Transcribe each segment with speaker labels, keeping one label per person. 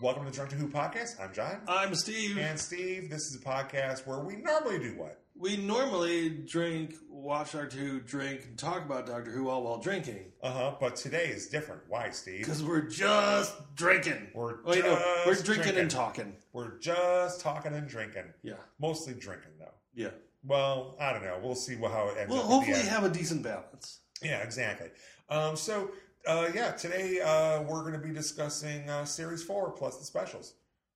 Speaker 1: Welcome to the Drunk to Who podcast. I'm John.
Speaker 2: I'm Steve.
Speaker 1: And Steve, this is a podcast where we normally do what?
Speaker 2: we normally drink, watch Doctor Who, drink, and talk about Doctor Who all while drinking
Speaker 1: Uh huh. But today is different. Why, Steve?
Speaker 2: because we're just drinking.
Speaker 1: We're
Speaker 2: Wait, no, we're
Speaker 1: just
Speaker 2: drinking, and talking.
Speaker 1: We're just talking and drinking.
Speaker 2: Yeah,
Speaker 1: Mostly drinking, though.
Speaker 2: yeah.
Speaker 1: Well, I don't know. We'll see wha- how it ends
Speaker 2: We'll
Speaker 1: up. at
Speaker 2: hopefully
Speaker 1: the end.
Speaker 2: have a decent balance.
Speaker 1: yeah, exactly. Um, so, uh, yeah, today uh, we're going to be discussing uh, Series 4 plus the specials.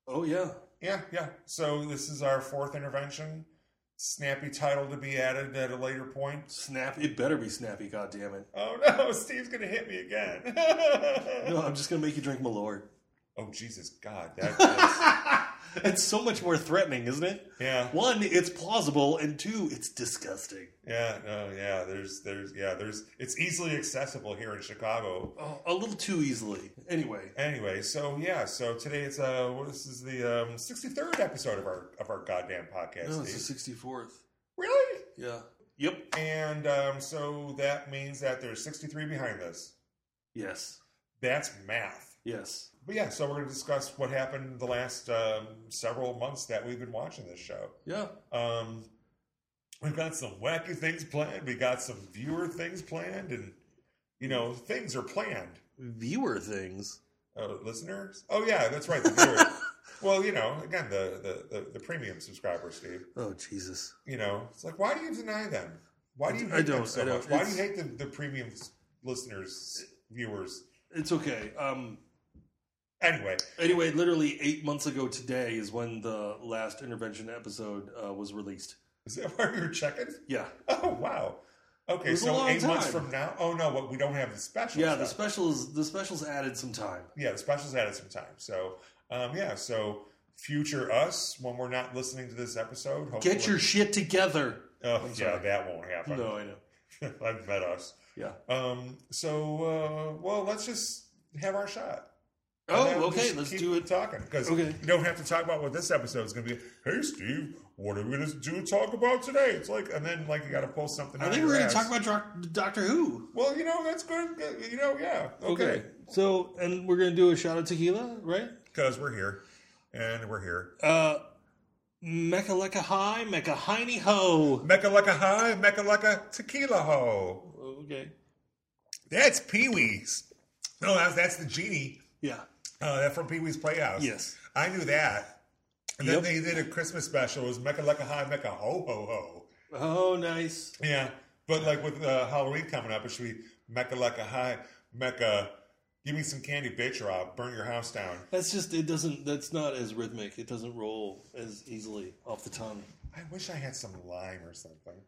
Speaker 2: Oh yeah,
Speaker 1: Yeah, yeah. So, this is our fourth intervention. Snappy title to be added at a later point.
Speaker 2: snap! It better be snappy. God damn it!
Speaker 1: Oh no, Steve's gonna hit me again.
Speaker 2: No, I'm just gonna make you drink Malort.
Speaker 1: Oh Jesus God, that is,
Speaker 2: it's so much more threatening, isn't it?
Speaker 1: yeah,
Speaker 2: One, it's plausible, and two, it's disgusting.
Speaker 1: yeah, no, yeah. There's, there's, yeah, there's. It's easily accessible here in Chicago.
Speaker 2: Oh, a little too easily. Anyway,
Speaker 1: Anyway, so yeah, so today it's uh, well, this is the um, 63rd episode of our of our goddamn podcast.
Speaker 2: no,
Speaker 1: Steve.
Speaker 2: it's the 64th.
Speaker 1: Really?
Speaker 2: Yeah. Yep.
Speaker 1: And um, so that means that there's 63 behind this.
Speaker 2: Yes.
Speaker 1: That's math.
Speaker 2: Yes.
Speaker 1: But yeah, so we're going to discuss what happened the last um, several months that we've been watching this show.
Speaker 2: Yeah.
Speaker 1: Um, we've got some wacky things planned. We got some viewer things planned, and you know things are planned.
Speaker 2: Viewer things.
Speaker 1: Uh, listeners, oh yeah, that's right. The viewer. well, you know, again, the, the the the premium subscriber, Steve.
Speaker 2: Oh Jesus.
Speaker 1: You know, it's like why do you deny them? Why do you hate
Speaker 2: I
Speaker 1: them
Speaker 2: don't-
Speaker 1: so
Speaker 2: I
Speaker 1: much?
Speaker 2: don't.
Speaker 1: Why do you
Speaker 2: It's-
Speaker 1: hate the the premium s- listeners, viewers?
Speaker 2: It's okay. Um.
Speaker 1: Anyway,
Speaker 2: Anyway, literally eight months ago today is when the last intervention episode uh, was released.
Speaker 1: is that why you're checking?
Speaker 2: Yeah.
Speaker 1: Oh wow.
Speaker 2: It
Speaker 1: Okay,
Speaker 2: was a
Speaker 1: so
Speaker 2: long
Speaker 1: eight months
Speaker 2: time.
Speaker 1: from now. Oh no, what we don't have the special.
Speaker 2: Yeah.
Speaker 1: stuff.
Speaker 2: The specials. The specials added some time.
Speaker 1: yeah, the specials added some time. So, um, yeah, so future us when we're not listening to this episode. Hopefully,
Speaker 2: Get your shit together.
Speaker 1: oh
Speaker 2: I'm
Speaker 1: yeah,
Speaker 2: sorry.
Speaker 1: that won't happen.
Speaker 2: No, I know.
Speaker 1: I've met us.
Speaker 2: Yeah.
Speaker 1: Um. So, uh, well, let's just have our shot. And then
Speaker 2: Oh,
Speaker 1: we
Speaker 2: okay.
Speaker 1: should
Speaker 2: Let's
Speaker 1: keep
Speaker 2: do it.
Speaker 1: talking because
Speaker 2: Okay.
Speaker 1: you don't have to talk about what this episode is going to be. Hey, Steve, what are we going to do? Talk about today? It's like, and then like you got to pull something.
Speaker 2: I
Speaker 1: out
Speaker 2: think
Speaker 1: of
Speaker 2: we're
Speaker 1: your
Speaker 2: going
Speaker 1: ass.
Speaker 2: to talk about Doc- Doctor Who.
Speaker 1: Well, you know that's good. You know, yeah. Okay.
Speaker 2: So, and we're going to do a shot of tequila, right?
Speaker 1: Because we're here, and we're here.
Speaker 2: Uh, Mecha Lecca High, Mecha Heiny Ho.
Speaker 1: Mecca Lecca High, Mecca Lecca Tequila Ho.
Speaker 2: Okay.
Speaker 1: That's Pee Wee's. No, that's, that's the genie
Speaker 2: Yeah.
Speaker 1: uh, that from Pee Wee's Playhouse.
Speaker 2: Yes.
Speaker 1: I knew that. And then
Speaker 2: Yep.
Speaker 1: they did a Christmas special. It was Mecca Lecca High, Mecca Ho Ho Ho.
Speaker 2: Oh, nice.
Speaker 1: Yeah. But like with uh, Halloween coming up, it should be Mecca Lecca High, Mecca. Give me some candy, bitch, or I'll burn your house down.
Speaker 2: That's just it doesn't. That's not as rhythmic. It doesn't roll as easily off the tongue.
Speaker 1: I wish I had some lime or something.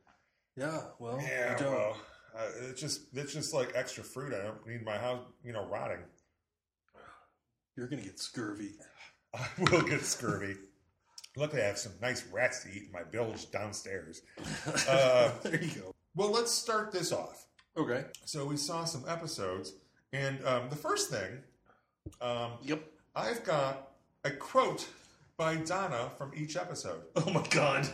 Speaker 2: Yeah. Well.
Speaker 1: Yeah,
Speaker 2: Oh, I don't.
Speaker 1: well, uh, it's just it's just like extra fruit. I don't need my house, you know, rotting.
Speaker 2: You're gonna get scurvy.
Speaker 1: I will get scurvy. Luckily, I have some nice rats to eat in my bilge downstairs. Uh,
Speaker 2: there you go.
Speaker 1: Well, let's start this off.
Speaker 2: Okay.
Speaker 1: So we saw some episodes, and um, the first thing, um,
Speaker 2: Yep.
Speaker 1: I've got a quote by Donna from each episode.
Speaker 2: Oh my god.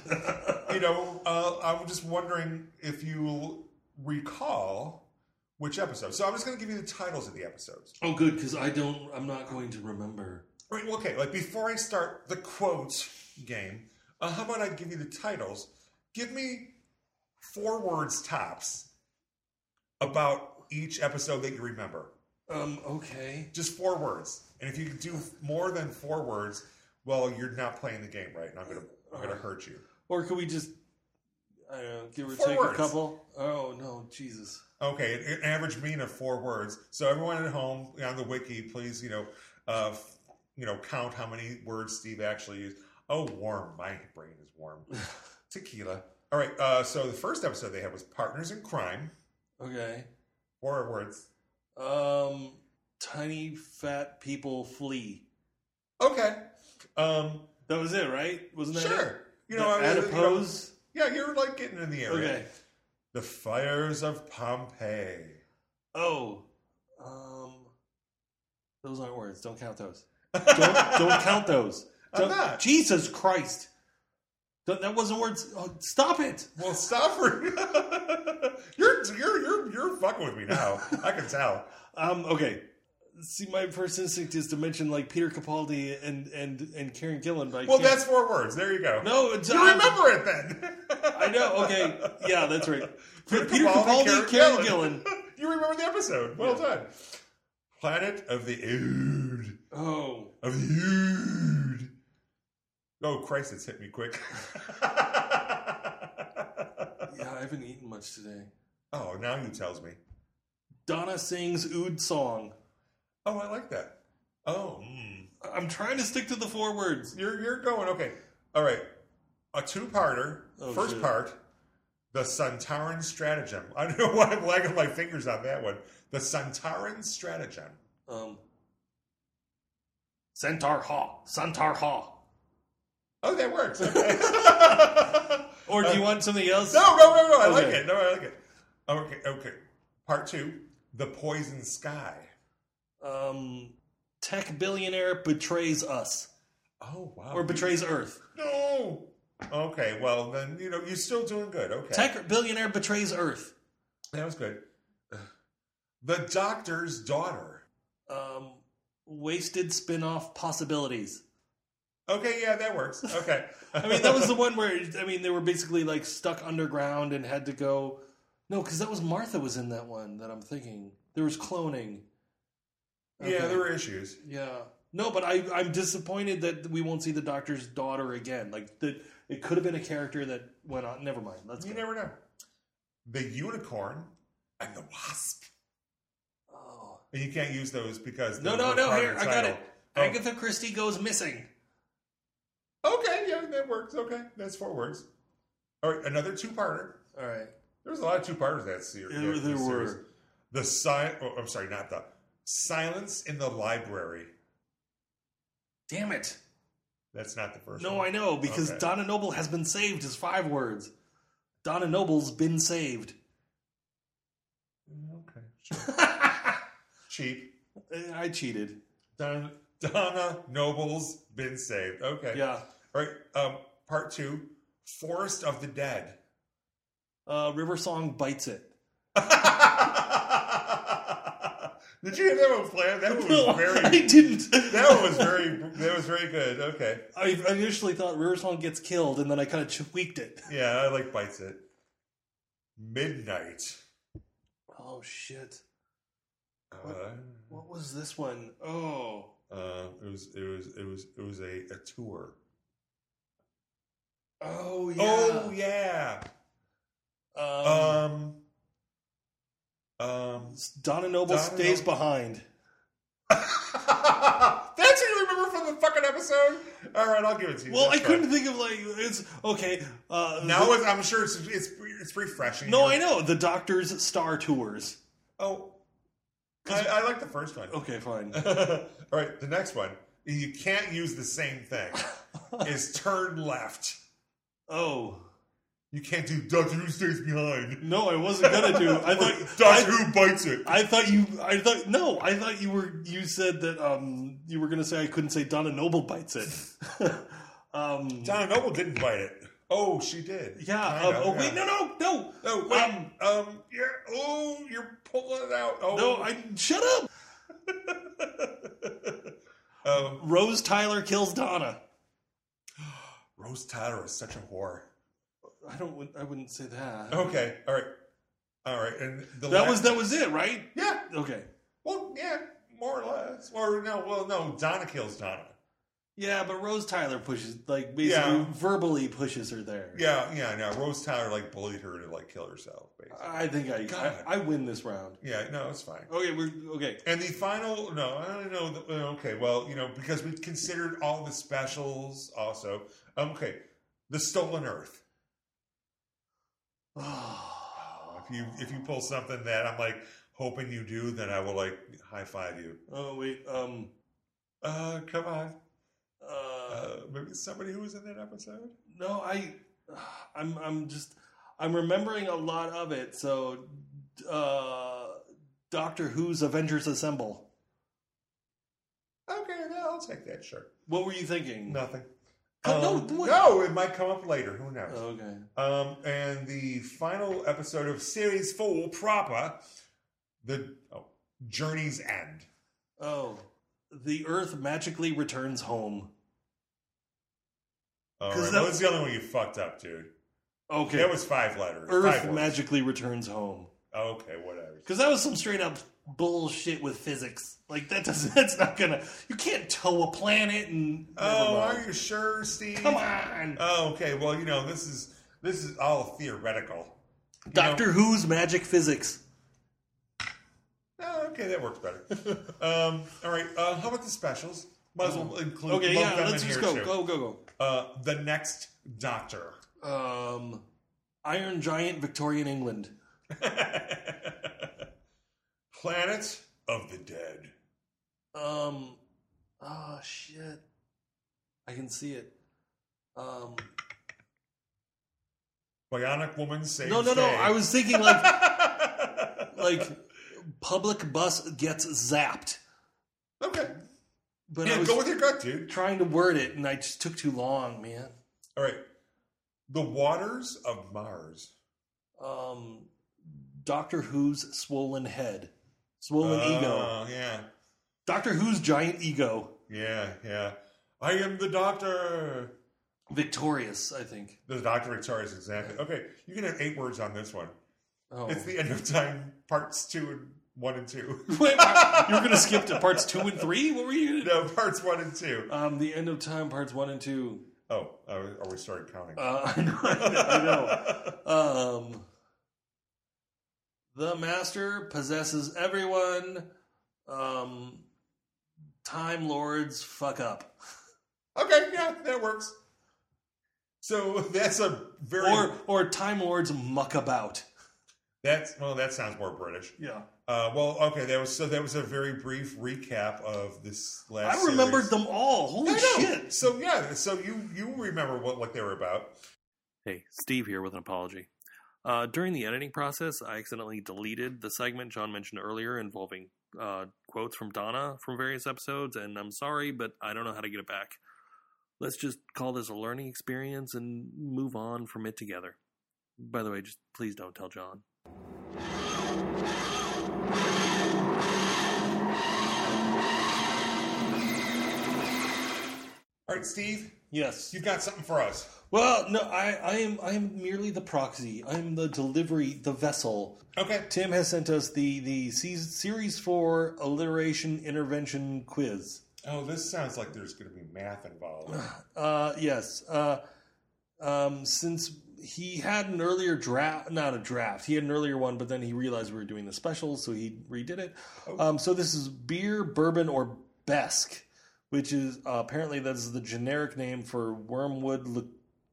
Speaker 1: You know, uh, I'm just wondering if you'll recall which episode. So I'm just going to give you the titles of the episodes.
Speaker 2: oh, good because I don't. I'm not going to remember.
Speaker 1: Right, well, okay, like before I start the quotes game, uh, how about I give you the titles? Give me four words tops about each episode that you remember.
Speaker 2: Um. Okay.
Speaker 1: Just four words. And if you do more than four words, well, you're not playing the game right, and I'm gonna I'm gonna hurt you.
Speaker 2: Or could we just? I don't know. Give or
Speaker 1: Four
Speaker 2: take
Speaker 1: words.
Speaker 2: a couple. Oh no, Jesus.
Speaker 1: Okay, an, an average mean of four words. So everyone at home on the wiki, please, you know, uh, f- you know, count how many words Steve actually used. Oh, warm. My brain is warm. Tequila. All right. Uh, so the first episode they had was Partners in Crime.
Speaker 2: Okay.
Speaker 1: Four words.
Speaker 2: Um. Tiny fat people flee.
Speaker 1: Okay. Um,
Speaker 2: That was it, right? Wasn't that It?
Speaker 1: sure. You know,
Speaker 2: The
Speaker 1: I was- you know, yeah,
Speaker 2: adipose.
Speaker 1: you're like getting in the area.
Speaker 2: Okay.
Speaker 1: The fires of Pompeii.
Speaker 2: Oh, um, those aren't words. Don't count those. Don't, don't count those.
Speaker 1: I'm
Speaker 2: Don't-
Speaker 1: not.
Speaker 2: Jesus Christ. That, that wasn't words. Oh, stop it.
Speaker 1: Well, stop for you're you're you're you're fucking with me now. I can tell.
Speaker 2: Um, okay. See, my first instinct is to mention like Peter Capaldi and and and Karen Gillan, but I
Speaker 1: Well,
Speaker 2: can't.
Speaker 1: that's four words. There you go.
Speaker 2: no. It's,
Speaker 1: you
Speaker 2: I-
Speaker 1: remember it then.
Speaker 2: I know. Okay. Yeah, that's right. Peter,
Speaker 1: Peter
Speaker 2: Capaldi,
Speaker 1: Capaldi,
Speaker 2: Karen,
Speaker 1: Karen
Speaker 2: Gillan.
Speaker 1: you remember the episode. Well
Speaker 2: Yeah.
Speaker 1: done. Planet of the Ood.
Speaker 2: Oh,
Speaker 1: Of the Ood. Oh, Christ, it's hit me quick.
Speaker 2: yeah. I haven't eaten much today.
Speaker 1: oh, now he tells me.
Speaker 2: Donna sings Ood song.
Speaker 1: Oh, I like that. Oh, mm.
Speaker 2: I'm trying to stick to the four words.
Speaker 1: you're you're going okay. All right, a two-parter.
Speaker 2: Oh,
Speaker 1: First
Speaker 2: shit.
Speaker 1: part, the Santaran stratagem. I don't know why I'm lagging my fingers on that one. The Santaran stratagem.
Speaker 2: Um. Centaur Ha. Centaur Ha.
Speaker 1: Oh, that works. Okay.
Speaker 2: Or do you want something else?
Speaker 1: no, no, no, no. I like
Speaker 2: Okay.
Speaker 1: it. No, I like it. Okay, okay. Part two, the poison sky.
Speaker 2: Um, tech billionaire betrays us
Speaker 1: Oh wow.
Speaker 2: or betrays Earth.
Speaker 1: No. Okay. Well, then you know you're still doing good. Okay.
Speaker 2: Tech billionaire betrays Earth.
Speaker 1: That was good. The doctor's daughter.
Speaker 2: Um, wasted spin-off possibilities.
Speaker 1: Okay, yeah, that works. Okay.
Speaker 2: I mean, that was the one where I mean they were basically like stuck underground and had to go. No, because that was Martha was in that one that I'm thinking. There was cloning.
Speaker 1: Yeah,
Speaker 2: Okay.
Speaker 1: there were issues.
Speaker 2: Yeah. No, but I, I'm disappointed that we won't see the doctor's daughter again. Like that, it could have been a character that went on. Never mind. Let's
Speaker 1: you
Speaker 2: go.
Speaker 1: never know. The unicorn and the wasp.
Speaker 2: Oh.
Speaker 1: And you can't use those because
Speaker 2: No,
Speaker 1: they
Speaker 2: no,
Speaker 1: were
Speaker 2: no.
Speaker 1: part of
Speaker 2: Here,
Speaker 1: the
Speaker 2: I got
Speaker 1: title.
Speaker 2: it. Agatha Christie goes missing.
Speaker 1: Oh, Okay, yeah, that works. Okay, that's four words. All right, another two-parter.
Speaker 2: All right.
Speaker 1: There was a lot of two-parters that series.
Speaker 2: There, there were.
Speaker 1: the si- oh, I'm sorry, not the silence in the library.
Speaker 2: Damn it.
Speaker 1: That's not the first.
Speaker 2: No,
Speaker 1: one.
Speaker 2: I know because
Speaker 1: Okay.
Speaker 2: Donna Noble has been saved. Is five words. Donna Noble's been saved.
Speaker 1: Okay, sure.
Speaker 2: I
Speaker 1: cheap.
Speaker 2: Eh, cheated.
Speaker 1: Donna, Donna Noble's been saved. Okay.
Speaker 2: Yeah.
Speaker 1: All right. Um, part two, Forest of the Dead.
Speaker 2: Uh, River Song bites it.
Speaker 1: Did you hear that one, Flan? That one was very.
Speaker 2: I didn't.
Speaker 1: That one was very. That was very good. Okay.
Speaker 2: I I initially thought River Song gets killed, and then I kind of tweaked it.
Speaker 1: Yeah, I like bites it. Midnight.
Speaker 2: Oh shit!
Speaker 1: Uh,
Speaker 2: What was this one? Oh,
Speaker 1: uh, it was. It was. It was. It was a, a tour.
Speaker 2: oh yeah.
Speaker 1: Oh yeah.
Speaker 2: Um,
Speaker 1: Um. Um.
Speaker 2: Donna Noble
Speaker 1: Donna
Speaker 2: stays
Speaker 1: Noble.
Speaker 2: behind.
Speaker 1: That's what you remember from the fucking episode. All right, I'll give it to you.
Speaker 2: Well, I
Speaker 1: That's
Speaker 2: couldn't think of like it's okay. Uh,
Speaker 1: fine. Now
Speaker 2: the-
Speaker 1: it's, I'm sure it's it's it's refreshing.
Speaker 2: no, I know the Doctor's Star Tours.
Speaker 1: Oh, I, I like the first one.
Speaker 2: Okay, fine.
Speaker 1: All right, the next one. You can't use the same thing. is turn left.
Speaker 2: oh
Speaker 1: You can't do Doctor Who stays behind.
Speaker 2: no, I wasn't gonna do. I
Speaker 1: Or
Speaker 2: thought
Speaker 1: Doctor
Speaker 2: I-
Speaker 1: Who bites it.
Speaker 2: I thought you. I thought no. I thought you were. You said that. Um, you were gonna say I couldn't say Donna Noble bites it. um,
Speaker 1: Donna Noble didn't bite it. Oh, she did.
Speaker 2: yeah.
Speaker 1: Kind
Speaker 2: um,
Speaker 1: of,
Speaker 2: oh
Speaker 1: yeah.
Speaker 2: wait. No. No. No.
Speaker 1: No, wait.
Speaker 2: Um,
Speaker 1: um, you're, oh, you're pulling it out. Oh,
Speaker 2: No. I shut up.
Speaker 1: um,
Speaker 2: Rose Tyler kills Donna.
Speaker 1: Rose Tyler is such a whore.
Speaker 2: I don't. I wouldn't say that.
Speaker 1: Okay, all right, all right. And the
Speaker 2: That
Speaker 1: la-
Speaker 2: was that was it, right?
Speaker 1: yeah.
Speaker 2: Okay.
Speaker 1: Well, yeah, more or less. Or no, well, no. Donna kills Donna.
Speaker 2: Yeah, but Rose Tyler pushes, like, basically
Speaker 1: Yeah.
Speaker 2: verbally pushes her there.
Speaker 1: Yeah, yeah. No, Rose Tyler like bullied her to like kill herself. Basically.
Speaker 2: I think I,
Speaker 1: God.
Speaker 2: I I win this round.
Speaker 1: yeah, no, it's fine.
Speaker 2: Okay, we're okay.
Speaker 1: And the final, no, I don't know. The, okay, well, you know, because we considered all the specials also. Um, okay, the Stolen Earth.
Speaker 2: Oh,
Speaker 1: If you if you pull something that I'm like hoping you do, then I will like high five you.
Speaker 2: Oh wait. Um.
Speaker 1: Uh, come on.
Speaker 2: Uh,
Speaker 1: Uh, maybe somebody who was in that episode.
Speaker 2: no, I. I'm. I'm just. I'm remembering a lot of it. So, uh, Doctor Who's Avengers Assemble.
Speaker 1: Okay, no, I'll take that. Sure.
Speaker 2: What were you thinking?
Speaker 1: Nothing.
Speaker 2: Co- no,
Speaker 1: Um,
Speaker 2: what-
Speaker 1: no, it might come up later. Who knows?
Speaker 2: Oh, Okay.
Speaker 1: Um, and the final episode of series four proper, the oh, Journey's End.
Speaker 2: Oh, the Earth magically returns home.
Speaker 1: All
Speaker 2: 'Cause
Speaker 1: right.
Speaker 2: that-
Speaker 1: What was the other one you fucked up, dude?
Speaker 2: Okay,
Speaker 1: That was five letters.
Speaker 2: Earth
Speaker 1: five words.
Speaker 2: magically returns home.
Speaker 1: Okay, whatever.
Speaker 2: Because that was some straight up bullshit with physics. Like that doesn't. That's not gonna. You can't tow a planet and.
Speaker 1: Oh,
Speaker 2: Never
Speaker 1: are
Speaker 2: mind.
Speaker 1: you sure, Steve?
Speaker 2: Come on,
Speaker 1: Oh, okay. Well, you know, this is this is all theoretical. You
Speaker 2: Doctor Who's magic physics.
Speaker 1: know- oh, okay, that works better. um, all right. Uh, how about the specials? Might as well include
Speaker 2: Okay,
Speaker 1: lump
Speaker 2: yeah,
Speaker 1: them
Speaker 2: let's
Speaker 1: in
Speaker 2: just
Speaker 1: here
Speaker 2: go,
Speaker 1: too.
Speaker 2: go, go,
Speaker 1: Uh, the next Doctor.
Speaker 2: go. Um, Iron Giant, Victorian England.
Speaker 1: Planet of the Dead.
Speaker 2: Um, oh shit, I can see it. Um,
Speaker 1: Bionic Woman saves
Speaker 2: no, no, no.
Speaker 1: day.
Speaker 2: I was thinking like
Speaker 1: like
Speaker 2: like public bus gets zapped,
Speaker 1: okay.
Speaker 2: but I
Speaker 1: yeah,
Speaker 2: was
Speaker 1: go with your gut, dude.
Speaker 2: trying to word it, and I just took too long, man.
Speaker 1: All right. The waters of Mars.
Speaker 2: um, Doctor Who's swollen head, swollen ego,
Speaker 1: Oh, Yeah,
Speaker 2: Doctor Who's giant ego,
Speaker 1: yeah, yeah. I am the Doctor.
Speaker 2: victorious. I think.
Speaker 1: The Doctor Victorious, exactly. Okay, you can have eight words on this one.
Speaker 2: Oh,
Speaker 1: It's the end of time, parts two and one and two.
Speaker 2: Wait, why- you were gonna skip to parts two and three. What were you? Gonna
Speaker 1: no, parts one and two.
Speaker 2: do? Um, the end of time, parts one and two.
Speaker 1: Oh, are we- are we started counting?
Speaker 2: Uh, I know. I know. Um, the master possesses everyone. Um, time lords fuck up,
Speaker 1: Okay, yeah, that works. So that's a very
Speaker 2: or or time lords muck about.
Speaker 1: that's well, that sounds more British.
Speaker 2: Yeah.
Speaker 1: Uh, well, okay, that was so that was a very brief recap of this last.
Speaker 2: I remembered
Speaker 1: series.
Speaker 2: them all.
Speaker 1: I
Speaker 2: Holy
Speaker 1: know.
Speaker 2: shit.
Speaker 1: So yeah, so you you remember what what they were about?
Speaker 3: Hey, Steve here with an apology. Uh, during the editing process, I accidentally deleted the segment John mentioned earlier involving uh, quotes from Donna from various episodes, and I'm sorry, but I don't know how to get it back. Let's just call this a learning experience and move on from it together. By the way, just please don't tell John.
Speaker 1: All right, Steve,
Speaker 2: Yes.
Speaker 1: you got something for us?
Speaker 2: Well, no, I, I am I am merely the proxy. I am the delivery, the vessel.
Speaker 1: Okay,
Speaker 2: Tim has sent us the the season, series four alliteration intervention quiz.
Speaker 1: Oh, this sounds like there's going to be math involved.
Speaker 2: Uh, yes. Uh, um, since he had an earlier draft, not a draft, he had an earlier one, but then he realized we were doing the specials, so he redid it.
Speaker 1: Oh.
Speaker 2: Um, so this is beer, bourbon, or besque, which is uh, apparently that's the generic name for wormwood li-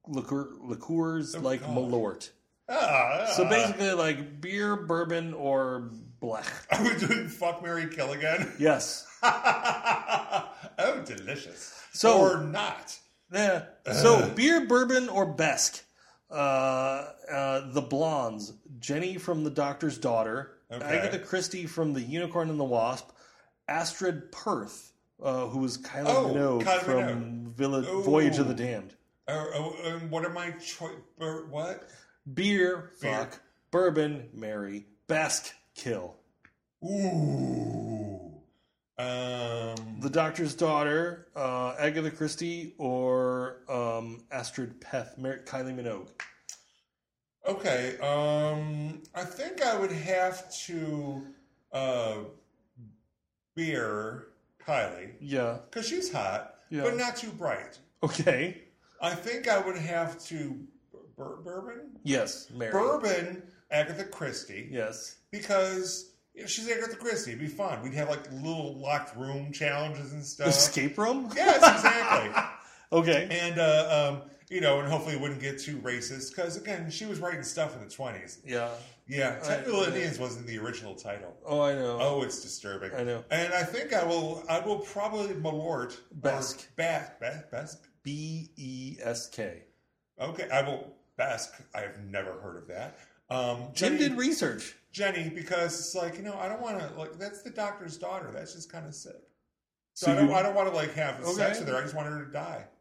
Speaker 2: liqueur, liqueurs
Speaker 1: Oh,
Speaker 2: like
Speaker 1: God.
Speaker 2: Malort.
Speaker 1: Ah,
Speaker 2: So basically, like beer, bourbon, or blech.
Speaker 1: are we doing fuck Mary Kill again?
Speaker 2: Yes.
Speaker 1: oh, delicious.
Speaker 2: So-
Speaker 1: or not?
Speaker 2: Yeah.
Speaker 1: Uh.
Speaker 2: So beer, bourbon, or besque. Uh, uh, the blondes: Jenny from The Doctor's Daughter,
Speaker 1: Okay.
Speaker 2: Agatha Christie from The Unicorn and the Wasp, Astrid Perth, uh, who was Kyla
Speaker 1: Oh,
Speaker 2: Minogue
Speaker 1: Kyla
Speaker 2: from
Speaker 1: Minogue.
Speaker 2: Villa-
Speaker 1: Ooh.
Speaker 2: Voyage of the Damned.
Speaker 1: Or, or, um, what are my choice? Or what?
Speaker 2: Beer,
Speaker 1: Beer.
Speaker 2: fuck, bourbon, marry, besque, kill.
Speaker 1: Ooh. Um.
Speaker 2: The Doctor's Daughter, uh, Agatha Christie, or um, Astrid Peth, Mar- Kylie Minogue.
Speaker 1: Okay. Um. I think I would have to. Uh. Beer Kylie
Speaker 2: Yeah.
Speaker 1: because she's hot,
Speaker 2: Yeah.
Speaker 1: but not too bright.
Speaker 2: Okay.
Speaker 1: I think I would have to bur- bourbon,
Speaker 2: Yes. Marry.
Speaker 1: bourbon Agatha Christie
Speaker 2: Yes.
Speaker 1: because you know, she's Agatha Christie. It'd be fun. We'd have like little locked room challenges and stuff.
Speaker 2: Escape room?
Speaker 1: yes, exactly.
Speaker 2: Okay.
Speaker 1: and uh, um, you know, and hopefully it wouldn't get too racist because again, she was writing stuff in the twenties.
Speaker 2: Yeah.
Speaker 1: Yeah,
Speaker 2: I-
Speaker 1: Technical
Speaker 2: yeah.
Speaker 1: Indians wasn't the original title.
Speaker 2: Oh, I know.
Speaker 1: Oh, it's disturbing.
Speaker 2: I know.
Speaker 1: And I think I will. I will probably malort or
Speaker 2: Basque.
Speaker 1: Bas, bas, basque.
Speaker 2: B E S K.
Speaker 1: Okay, I will Basque. I have never heard of that. Um,
Speaker 2: Jim
Speaker 1: Jenny,
Speaker 2: did research.
Speaker 1: Jenny because it's like you know I don't want to like that's the doctor's daughter. That's just kind of sick. So,
Speaker 2: So
Speaker 1: I don't.
Speaker 2: you-
Speaker 1: I don't want to like have
Speaker 2: Okay.
Speaker 1: sex with her. I just want her to die.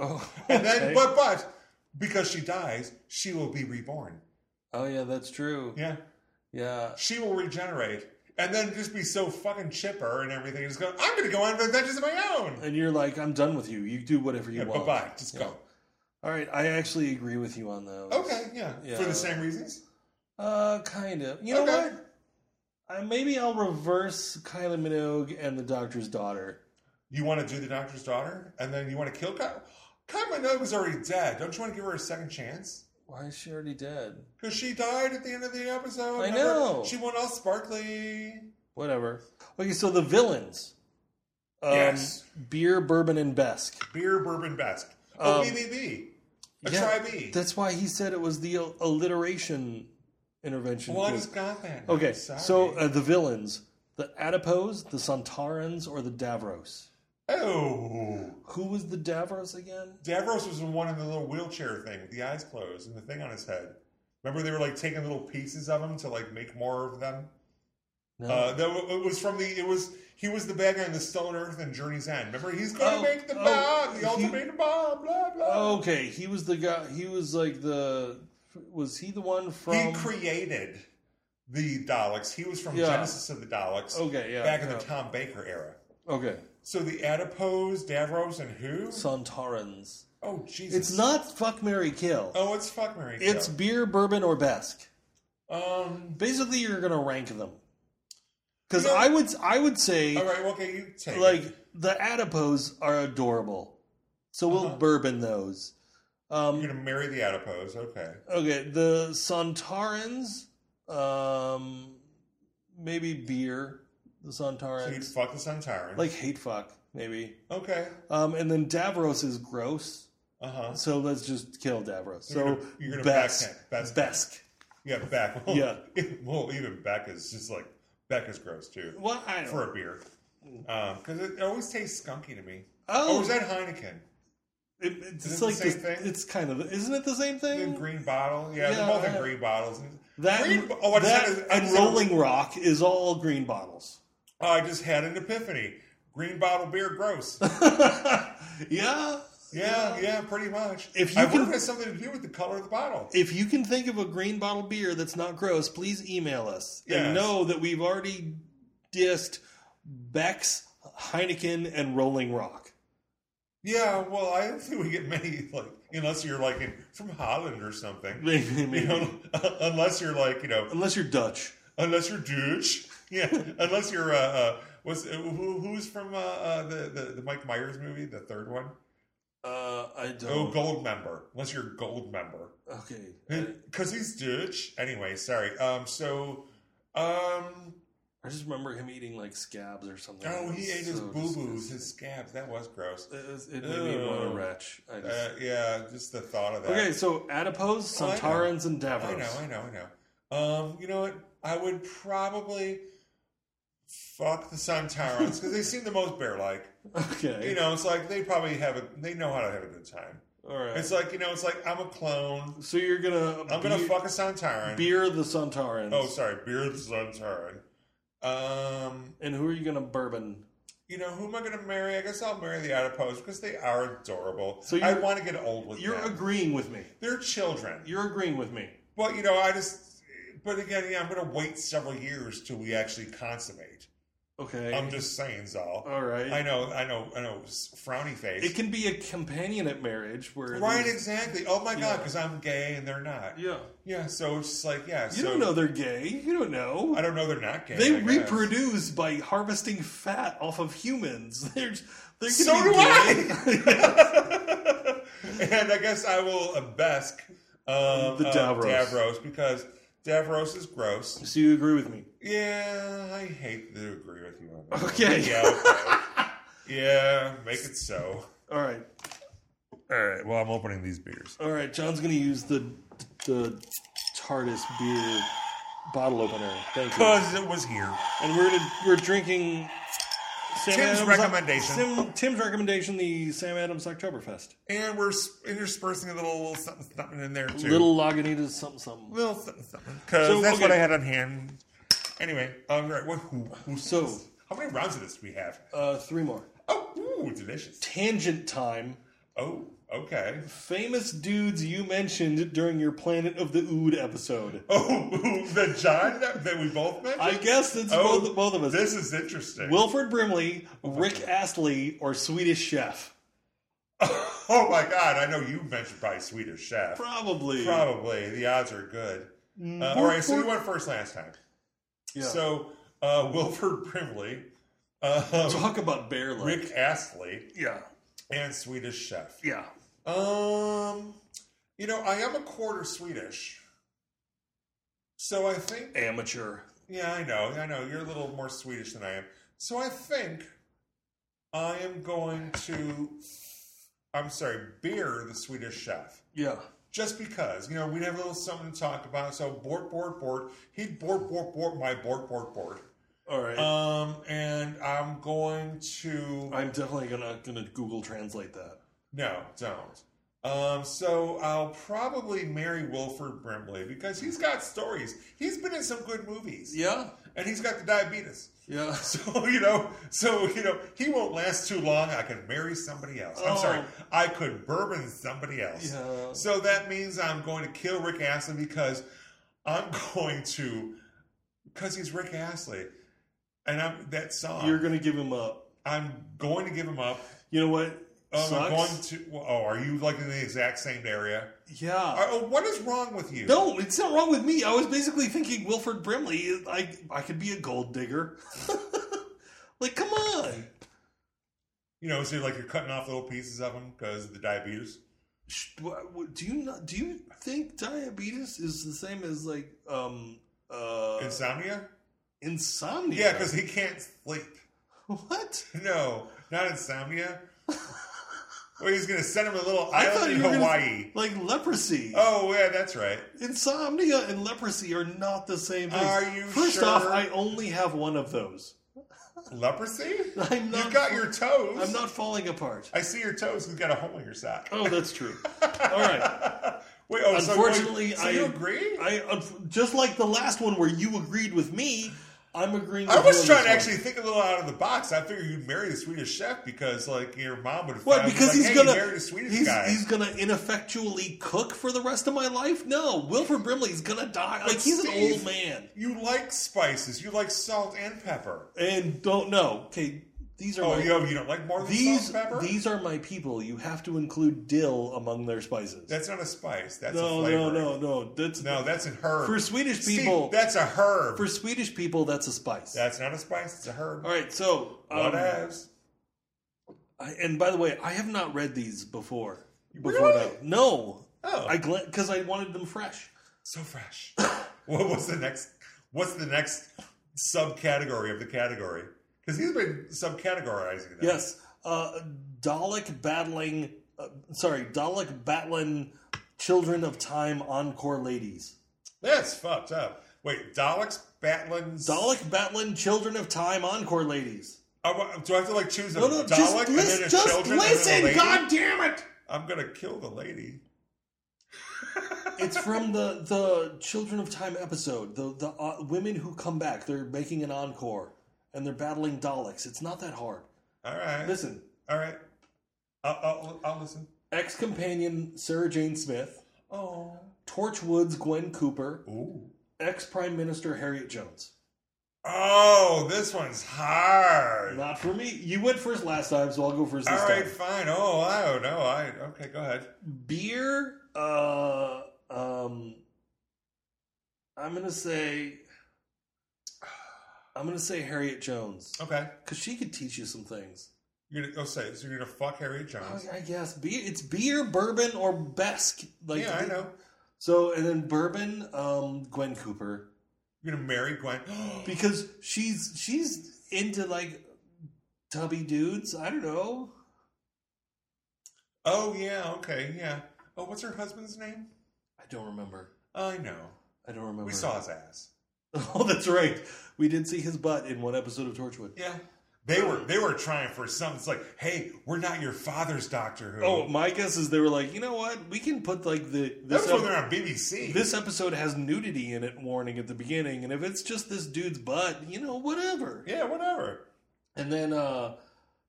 Speaker 2: Oh,
Speaker 1: And
Speaker 2: okay.
Speaker 1: then, but but because she dies, she will be reborn.
Speaker 2: oh yeah, that's true.
Speaker 1: Yeah,
Speaker 2: Yeah.
Speaker 1: she will regenerate and then just be so fucking chipper and everything. And just go, I'm going to go on adventures of my own.
Speaker 2: And you're like, I'm done with you. You do whatever you
Speaker 1: Yeah, bye
Speaker 2: want.
Speaker 1: bye. Just
Speaker 2: Yeah.
Speaker 1: go.
Speaker 2: All right, I actually agree with you on those.
Speaker 1: Okay, yeah.
Speaker 2: Yeah.
Speaker 1: For the same reasons.
Speaker 2: Uh, kind of. You know
Speaker 1: Okay.
Speaker 2: what? I, maybe I'll reverse Kylie Minogue and the Doctor's Daughter.
Speaker 1: You want to do the doctor's daughter, and then you want to kill Ky- Kylie Minogue is already dead. Don't you want to give her a second chance?
Speaker 2: Why is she already dead?
Speaker 1: Because she died at the end of the episode.
Speaker 2: I
Speaker 1: Remember?
Speaker 2: know.
Speaker 1: She went all sparkly.
Speaker 2: Whatever. Okay, so the villains. Um,
Speaker 1: Yes.
Speaker 2: Beer, bourbon, and Besk.
Speaker 1: Beer, bourbon, best. Oh,
Speaker 2: Um,
Speaker 1: BBB. A
Speaker 2: yeah,
Speaker 1: try B.
Speaker 2: That's why he said it was the al- alliteration intervention.
Speaker 1: Well, I
Speaker 2: quiz.
Speaker 1: just got that. now.
Speaker 2: okay,
Speaker 1: Sorry.
Speaker 2: so uh, the villains. The Adipose, the Santarans, or the Davros?
Speaker 1: oh.
Speaker 2: Who was the Davros again?
Speaker 1: Davros was the one in the little wheelchair thing with the eyes closed and the thing on his head. Remember, they were like taking little pieces of him to like make more of them.
Speaker 2: No.
Speaker 1: Uh, that wa- it was from the it was he was the bad guy in the Stone Earth and Journey's End. Remember, he's gonna
Speaker 2: Oh,
Speaker 1: make the
Speaker 2: oh,
Speaker 1: bomb, the
Speaker 2: he- Oh,
Speaker 1: ultimate bomb, blah blah.
Speaker 2: Okay, he was the guy. He was like the. Was he the one from?
Speaker 1: he created the Daleks. He was from
Speaker 2: um, Yeah.
Speaker 1: Genesis of the Daleks
Speaker 2: okay, yeah.
Speaker 1: back in
Speaker 2: yeah.
Speaker 1: the Tom Baker era.
Speaker 2: Okay,
Speaker 1: So the Adipose, Davros, and who?
Speaker 2: Santarans.
Speaker 1: oh Jesus!
Speaker 2: It's not fuck Mary kill.
Speaker 1: Oh, it's fuck Mary.
Speaker 2: it's
Speaker 1: Kill.
Speaker 2: beer, bourbon, or Besk.
Speaker 1: um.
Speaker 2: Basically, you're gonna rank them. Because
Speaker 1: You know-
Speaker 2: I would, I would say
Speaker 1: All right. well, Okay, you take it.
Speaker 2: like the adipose are adorable, so we'll
Speaker 1: Uh-huh.
Speaker 2: bourbon those. Um,
Speaker 1: You're gonna marry the adipose, okay?
Speaker 2: Okay, the Santarans, um, maybe beer. The
Speaker 1: So you'd
Speaker 2: Santarans,
Speaker 1: fuck the Centauran,
Speaker 2: like hate fuck, maybe.
Speaker 1: okay,
Speaker 2: Um, and then Davros is gross,
Speaker 1: uh huh.
Speaker 2: so let's just kill Davros. So
Speaker 1: you're gonna, you're gonna
Speaker 2: Besk,
Speaker 1: back Beck, Beck.
Speaker 2: Besk.
Speaker 1: yeah, Beck. Well,
Speaker 2: Yeah.
Speaker 1: well, even Beck is just like Beck is gross too
Speaker 2: Well, I don't.
Speaker 1: for a beer, because it always tastes skunky to me. Oh,
Speaker 2: oh,
Speaker 1: is that Heineken?
Speaker 2: it, it's
Speaker 1: is it the
Speaker 2: like
Speaker 1: same
Speaker 2: this-
Speaker 1: thing?
Speaker 2: It's kind of isn't it the same
Speaker 1: The
Speaker 2: thing?
Speaker 1: green bottle, yeah, they're
Speaker 2: Yeah,
Speaker 1: both in
Speaker 2: I-
Speaker 1: green bottles.
Speaker 2: That,
Speaker 1: green, oh, I just
Speaker 2: that
Speaker 1: had a- I
Speaker 2: and
Speaker 1: just had a-
Speaker 2: Rolling Rock is all green bottles.
Speaker 1: Oh, I just had an epiphany. Green bottle beer, gross.
Speaker 2: yeah,
Speaker 1: Yeah, yeah, pretty much.
Speaker 2: If
Speaker 1: I
Speaker 2: you
Speaker 1: wonder
Speaker 2: can-
Speaker 1: if it has something to do with the color of the bottle.
Speaker 2: If you can think of a green bottle beer that's not gross, please email us.
Speaker 1: Yes.
Speaker 2: And know that we've already dissed Beck's, Heineken, and Rolling Rock.
Speaker 1: Yeah, well, I don't think we get many like unless you're like in, from Holland or something.
Speaker 2: Maybe,
Speaker 1: You know, unless you're like you know,
Speaker 2: Unless you're Dutch.
Speaker 1: unless you're Deutsch. Yeah, unless you're uh, uh what's who, who's from uh, uh the, the the Mike Myers movie, the third one.
Speaker 2: Uh, I
Speaker 1: Oh,
Speaker 2: don't.
Speaker 1: gold member. Unless you're gold member,
Speaker 2: okay. I,
Speaker 1: because he's Deutsch. Anyway, sorry. Um, so, um,
Speaker 2: I just remember him eating like scabs or something.
Speaker 1: oh,
Speaker 2: It
Speaker 1: he
Speaker 2: was
Speaker 1: ate his
Speaker 2: so
Speaker 1: boo boos, his
Speaker 2: disgusting.
Speaker 1: scabs. That was gross.
Speaker 2: It, was- it made me
Speaker 1: Ew.
Speaker 2: want to retch. I just,
Speaker 1: Uh, yeah, just the thought of that.
Speaker 2: okay, so Adipose,
Speaker 1: Oh, I know.
Speaker 2: Santarans, and Davros.
Speaker 1: I know, I know, I know. Um, you know what? I would probably fuck the Santarans because they seem the most bear like.
Speaker 2: Okay.
Speaker 1: You know, it's like they probably have a they know how to have a good time.
Speaker 2: All right.
Speaker 1: It's like you know, it's like I'm a clone.
Speaker 2: so you're gonna
Speaker 1: I'm gonna
Speaker 2: be-
Speaker 1: fuck a Santaran.
Speaker 2: beer the Santarans.
Speaker 1: Oh, sorry, beard Santaran. Um,
Speaker 2: And who are you gonna bourbon?
Speaker 1: you know, who am I gonna marry? I guess I'll marry the adipose because they are adorable.
Speaker 2: So
Speaker 1: I
Speaker 2: you're-
Speaker 1: want to get old with
Speaker 2: You're
Speaker 1: them.
Speaker 2: agreeing with me.
Speaker 1: They're children.
Speaker 2: You're agreeing with me.
Speaker 1: Well, you know, I just, but again, yeah, I'm going to wait several years till we actually consummate.
Speaker 2: Okay.
Speaker 1: I'm just saying, Zal.
Speaker 2: All right.
Speaker 1: I know, I know, I know, s- frowny face.
Speaker 2: It can be a companionate marriage where
Speaker 1: right,
Speaker 2: there's-
Speaker 1: exactly. Oh my God,
Speaker 2: Yeah.
Speaker 1: because I'm gay and they're not.
Speaker 2: Yeah.
Speaker 1: Yeah, so it's just like, yeah.
Speaker 2: You
Speaker 1: so,
Speaker 2: don't know they're gay. You don't know.
Speaker 1: I don't know they're not gay.
Speaker 2: they
Speaker 1: I guess.
Speaker 2: reproduce by harvesting fat off of humans. They're they're
Speaker 1: So do
Speaker 2: I.
Speaker 1: and I guess I will uh, besk um,
Speaker 2: The
Speaker 1: uh,
Speaker 2: Davros.
Speaker 1: Davros because Davros is gross.
Speaker 2: so you agree with me?
Speaker 1: Yeah, I hate to agree with you on that.
Speaker 2: Okay.
Speaker 1: Yeah, okay. yeah, make it so.
Speaker 2: All right.
Speaker 1: All right. Well, I'm opening these beers.
Speaker 2: All right. John's gonna use the the TARDIS beer bottle opener. Thank you.
Speaker 1: Because it was here.
Speaker 2: and we're gonna, we're drinking Sam
Speaker 1: Tim's
Speaker 2: Adams,
Speaker 1: recommendation.
Speaker 2: Tim, Tim's recommendation, the Sam Adams Oktoberfest.
Speaker 1: And we're s- interspersing a little, little something, something in there, too.
Speaker 2: Little Lagunitas something something.
Speaker 1: Little something, something. Because
Speaker 2: So,
Speaker 1: that's what
Speaker 2: okay.
Speaker 1: I had on hand. Anyway, um, right. What, who, who,
Speaker 2: So-
Speaker 1: How many rounds of this do we have?
Speaker 2: Uh, three more.
Speaker 1: Oh, ooh, delicious.
Speaker 2: Tangent time.
Speaker 1: Oh, Okay.
Speaker 2: Famous dudes you mentioned during your Planet of the Ood episode.
Speaker 1: Oh, the John that that we both mentioned?
Speaker 2: I guess it's
Speaker 1: Oh,
Speaker 2: both, both of us.
Speaker 1: This is interesting.
Speaker 2: Wilfred Brimley, Rick Astley, or Swedish Chef?
Speaker 1: oh my God. I know you mentioned probably Swedish Chef.
Speaker 2: Probably.
Speaker 1: Probably. The odds are good.
Speaker 2: Mm,
Speaker 1: Uh, all right, so
Speaker 2: Wilford-
Speaker 1: we went first last time.
Speaker 2: Yeah.
Speaker 1: So uh, Wilford Brimley, uh,
Speaker 2: Talk about bear like.
Speaker 1: Rick Astley,
Speaker 2: Yeah.
Speaker 1: and Swedish Chef.
Speaker 2: Yeah.
Speaker 1: Um, you know, I am a quarter Swedish, so I think.
Speaker 2: Amateur.
Speaker 1: Yeah, I know, I know. You're a little more Swedish than I am, so I think I am going to. I'm sorry, beer the Swedish Chef.
Speaker 2: Yeah.
Speaker 1: Just because, you know, we'd have a little something to talk about. So, board, board, board. He'd board, board, board, my board, board, board.
Speaker 2: All right.
Speaker 1: Um, and I'm going to
Speaker 2: I'm definitely gonna gonna Google translate that.
Speaker 1: no, don't. Um, so I'll probably marry Wilford Brimley because he's got stories. He's been in some good movies,
Speaker 2: Yeah.
Speaker 1: and he's got the diabetes.
Speaker 2: Yeah.
Speaker 1: So you know, so you know, he won't last too long. I can marry somebody else. I'm sorry,
Speaker 2: Oh.
Speaker 1: I could bourbon somebody else.
Speaker 2: Yeah.
Speaker 1: So that means I'm going to kill Rick Astley because I'm going to because he's Rick Astley, and I'm that song.
Speaker 2: You're gonna give him up.
Speaker 1: I'm going to give him up.
Speaker 2: You know what?
Speaker 1: Um, I'm going
Speaker 2: Sucks.
Speaker 1: to. Oh, are you like in the exact same area?
Speaker 2: Yeah.
Speaker 1: Are- oh, what is wrong with you?
Speaker 2: No, it's not wrong with me. I was basically thinking Wilfred Brimley. is- I I could be a gold digger. like, come on.
Speaker 1: You know, so like you're cutting off little pieces of him because of the diabetes.
Speaker 2: Sh- wha- wha- Do you not? Do you think diabetes is the same as like um uh
Speaker 1: Insomnia?
Speaker 2: insomnia?
Speaker 1: Yeah, because he can't sleep.
Speaker 2: what?
Speaker 1: No, not insomnia. well, he's gonna send him a little
Speaker 2: I thought
Speaker 1: island in
Speaker 2: you were gonna-
Speaker 1: Hawaii.
Speaker 2: Like leprosy.
Speaker 1: Oh yeah, that's right.
Speaker 2: Insomnia and leprosy are not the same thing.
Speaker 1: Are you
Speaker 2: First
Speaker 1: sure?
Speaker 2: off, I only have one of those.
Speaker 1: Leprosy?
Speaker 2: I'm not.
Speaker 1: You got your toes.
Speaker 2: I'm not falling apart.
Speaker 1: I see your toes. You've got a hole in your sock.
Speaker 2: Oh, that's true. All right.
Speaker 1: Wait. Oh,
Speaker 2: Unfortunately,
Speaker 1: so, wait, so you
Speaker 2: I-
Speaker 1: agree?
Speaker 2: I unf- just like the last one where you agreed with me. I'm agreeing. With
Speaker 1: I
Speaker 2: you
Speaker 1: was
Speaker 2: on
Speaker 1: trying
Speaker 2: this
Speaker 1: to
Speaker 2: one.
Speaker 1: actually think a little out of the box. I figured you'd marry the Swedish chef because, like, your mom would have.
Speaker 2: What?
Speaker 1: found-
Speaker 2: Because
Speaker 1: like,
Speaker 2: he's
Speaker 1: hey, you
Speaker 2: gonna
Speaker 1: married a Swedish
Speaker 2: he's,
Speaker 1: guy.
Speaker 2: he's gonna ineffectually cook for the rest of my life. No, Wilfred Brimley's gonna die. Like he's an
Speaker 1: Steve.
Speaker 2: old man
Speaker 1: You like spices. You like salt and pepper.
Speaker 2: and don't know. Okay, these are
Speaker 1: Oh,
Speaker 2: my,
Speaker 1: you know, you don't like more than
Speaker 2: these
Speaker 1: salt and pepper.
Speaker 2: these are my people. You have to include dill among their spices.
Speaker 1: That's not a spice. That's a
Speaker 2: no,
Speaker 1: flavor.
Speaker 2: no, no, no. That's
Speaker 1: no. That's a herb.
Speaker 2: for Swedish
Speaker 1: Steve,
Speaker 2: people.
Speaker 1: that's a herb.
Speaker 2: for Swedish people, that's a spice.
Speaker 1: that's not a spice. It's a herb.
Speaker 2: All right, so um,
Speaker 1: What else?
Speaker 2: I, and by the way, I have not read these before. Before
Speaker 1: Really?
Speaker 2: now. No.
Speaker 1: Oh.
Speaker 2: I because I wanted them fresh.
Speaker 1: So fresh. what was the next? What's the next subcategory of the category? Because he's been subcategorizing them.
Speaker 2: Yes. Uh, Dalek battling. Uh, sorry, Dalek battling children of time encore ladies.
Speaker 1: That's fucked up. Wait, Daleks, Batlins.
Speaker 2: Dalek battling children of time encore ladies.
Speaker 1: I wa- do I have to like choose a
Speaker 2: No, no,
Speaker 1: Dalek
Speaker 2: just,
Speaker 1: and
Speaker 2: lis-
Speaker 1: then a
Speaker 2: just
Speaker 1: children and then
Speaker 2: listen.
Speaker 1: a lady?
Speaker 2: God damn it!
Speaker 1: I'm gonna kill the lady.
Speaker 2: It's from the the Children of Time episode. The the uh, women who come back. They're making an encore and they're battling Daleks. It's not that hard.
Speaker 1: All right,
Speaker 2: Listen,
Speaker 1: all right. I'll, I'll, I'll listen.
Speaker 2: ex companion Sarah Jane Smith,
Speaker 1: Oh,
Speaker 2: Torchwood's Gwen Cooper,
Speaker 1: ooh,
Speaker 2: ex Prime Minister Harriet Jones.
Speaker 1: oh, this one's hard.
Speaker 2: Not for me. You went first last time, so I'll go first
Speaker 1: all
Speaker 2: this
Speaker 1: right,
Speaker 2: time.
Speaker 1: fine. Oh, I don't know. I okay. Go ahead.
Speaker 2: Beer. Uh, um, I'm gonna say. I'm gonna say Harriet Jones
Speaker 1: Okay,
Speaker 2: because she could teach you some things.
Speaker 1: you're gonna go say so. You're gonna fuck
Speaker 2: Oh,
Speaker 1: Harriet Jones.
Speaker 2: I, I guess beer. It's beer, bourbon, or Besque. Like
Speaker 1: yeah, I know.
Speaker 2: So and then bourbon. Um, Gwen Cooper.
Speaker 1: You're gonna marry Gwen.
Speaker 2: because she's she's into like tubby dudes. I don't know.
Speaker 1: oh yeah, okay, yeah. Oh, what's her husband's name?
Speaker 2: I don't remember.
Speaker 1: I know.
Speaker 2: I don't remember.
Speaker 1: We saw his ass.
Speaker 2: Oh, that's right. We did see his butt in one episode of Torchwood.
Speaker 1: Yeah. They were they were trying for something. It's like, hey, we're not your father's Doctor Who.
Speaker 2: Oh, my guess is they were like, you know what? We can put like the
Speaker 1: that
Speaker 2: this
Speaker 1: was when
Speaker 2: ep-
Speaker 1: they're on BBC.
Speaker 2: this episode has nudity in it warning at the beginning, and if it's just this dude's butt, you know, whatever.
Speaker 1: yeah, whatever.
Speaker 2: And then uh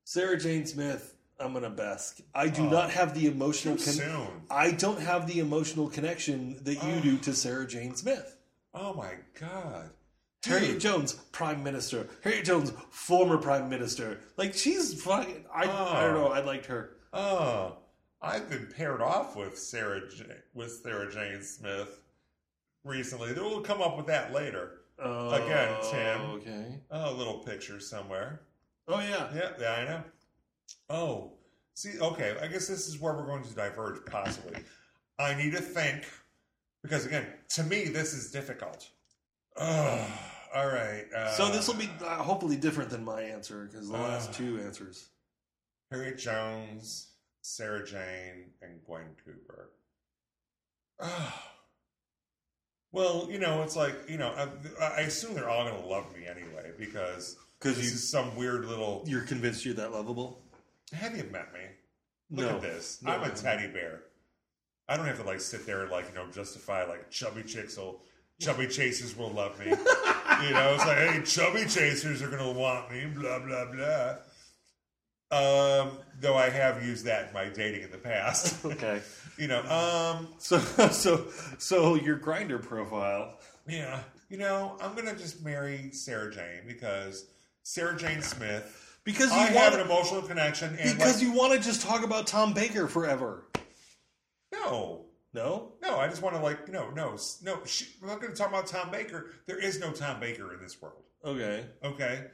Speaker 2: Sarah Jane Smith, I'm gonna Besk. I do
Speaker 1: Oh.
Speaker 2: not have the emotional.
Speaker 1: Too
Speaker 2: Con-
Speaker 1: soon.
Speaker 2: I don't have the emotional connection that you
Speaker 1: Oh.
Speaker 2: do to Sarah Jane Smith.
Speaker 1: Oh my god.
Speaker 2: Harriet Jones, Prime Minister. Harriet Jones, former Prime Minister. Like she's fucking. I, I don't
Speaker 1: Oh.
Speaker 2: know. I liked her.
Speaker 1: Oh, I've been paired off with Sarah J- with Sarah Jane Smith recently. We'll come up with that later.
Speaker 2: Oh,
Speaker 1: Again, Tim.
Speaker 2: Okay.
Speaker 1: Oh, a little picture somewhere.
Speaker 2: Oh yeah.
Speaker 1: Yeah, yeah, I know. Oh, see, okay. I guess this is where we're going to diverge, possibly. I need to think because, again, to me, this is difficult. Ugh, all right. Uh,
Speaker 2: so this will be uh, hopefully different than my answer because the last
Speaker 1: Uh.
Speaker 2: two answers.
Speaker 1: Harriet Jones, Sarah Jane, and Gwen Cooper. Ah. well, you know, it's like you know, I, I assume they're all going to love me anyway because this
Speaker 2: Because
Speaker 1: is some weird little.
Speaker 2: you, you're convinced you're that lovable.
Speaker 1: Have you met me? Look
Speaker 2: no.
Speaker 1: at this.
Speaker 2: No,
Speaker 1: I'm
Speaker 2: I
Speaker 1: a
Speaker 2: haven't.
Speaker 1: teddy bear. I don't have to like sit there and like you know justify like chubby chicks will chubby chasers will love me. you know, it's like hey, chubby chasers are gonna want me. Blah blah blah. Um, though I have used that in my dating in the past.
Speaker 2: Okay.
Speaker 1: you know, um,
Speaker 2: So so so your grinder profile.
Speaker 1: yeah, you know, I'm gonna just marry Sarah Jane because Sarah Jane Smith.
Speaker 2: Because
Speaker 1: I
Speaker 2: you
Speaker 1: have an
Speaker 2: want
Speaker 1: emotional connection, and
Speaker 2: because
Speaker 1: like,
Speaker 2: you want to just talk about Tom Baker forever.
Speaker 1: no,
Speaker 2: No?
Speaker 1: No, I just want to like no, no, s- no. She, we're not going to talk about Tom Baker. There is no Tom Baker in this world.
Speaker 2: Okay.
Speaker 1: Okay,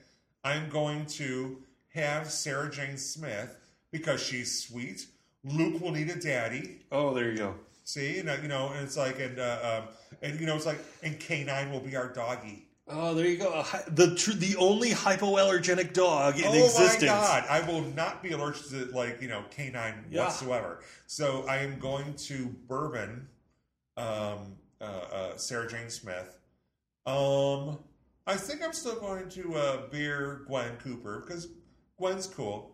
Speaker 1: I'm going to have Sarah Jane Smith because she's sweet. Luke will need a daddy.
Speaker 2: Oh, there you go.
Speaker 1: See, and uh, you know, and it's like, and uh, um, and you know, it's like, and Canine will be our doggy.
Speaker 2: Oh, there you go. A hy- The tr- the only hypoallergenic dog in
Speaker 1: oh
Speaker 2: existence.
Speaker 1: my god, I will not be allergic to like you know canine
Speaker 2: Yeah.
Speaker 1: whatsoever. So I am going to bourbon, um, uh, uh, Sarah Jane Smith. Um, I think I'm still going to uh, beer Gwen Cooper because Gwen's cool.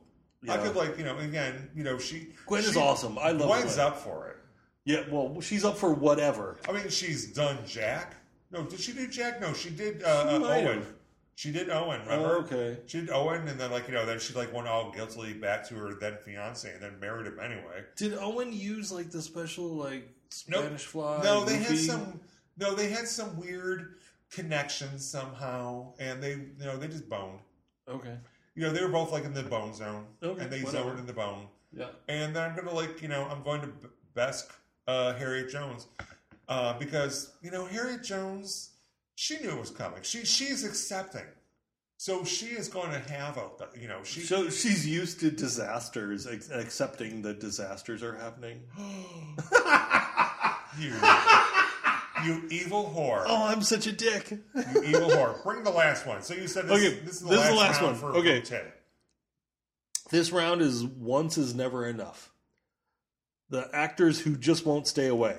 Speaker 1: I
Speaker 2: Yeah.
Speaker 1: could like you know again you know she
Speaker 2: Gwen is
Speaker 1: she-
Speaker 2: awesome. I love
Speaker 1: Gwen's
Speaker 2: Gwen.
Speaker 1: up for it.
Speaker 2: Yeah, well, she's up for whatever.
Speaker 1: I mean she's done Jack. No, did she do Jack? No, she did uh,
Speaker 2: She
Speaker 1: uh,
Speaker 2: might
Speaker 1: Owen.
Speaker 2: have.
Speaker 1: She did Owen. Remember?
Speaker 2: Oh, okay.
Speaker 1: She did Owen, and then like you know, then she like went all guiltily back to her then fiance, and then married him anyway.
Speaker 2: Did Owen use like the special like
Speaker 1: Nope.
Speaker 2: Spanish fly?
Speaker 1: no, they had
Speaker 2: Uh, Luffy?
Speaker 1: some. No, they had some weird connection somehow, and they you know they just boned.
Speaker 2: Okay.
Speaker 1: You know, they were both like in the bone zone,
Speaker 2: Okay,
Speaker 1: and they
Speaker 2: whatever.
Speaker 1: zoned in the bone.
Speaker 2: Yeah.
Speaker 1: And then I'm gonna like you know I'm going to b- best uh, Harriet Jones uh, because you know Harriet Jones she knew it was coming. She she's accepting, so she is going to have a you know she
Speaker 2: So she's used to disasters, ac- accepting that disasters are happening.
Speaker 1: you, you evil whore.
Speaker 2: Oh, I'm such a dick.
Speaker 1: You evil whore. Bring the last one. So you said this,
Speaker 2: Okay,
Speaker 1: this is the last, round
Speaker 2: one.
Speaker 1: For
Speaker 2: Okay.
Speaker 1: for Ted.
Speaker 2: This round is once is never enough. The actors who just won't stay away.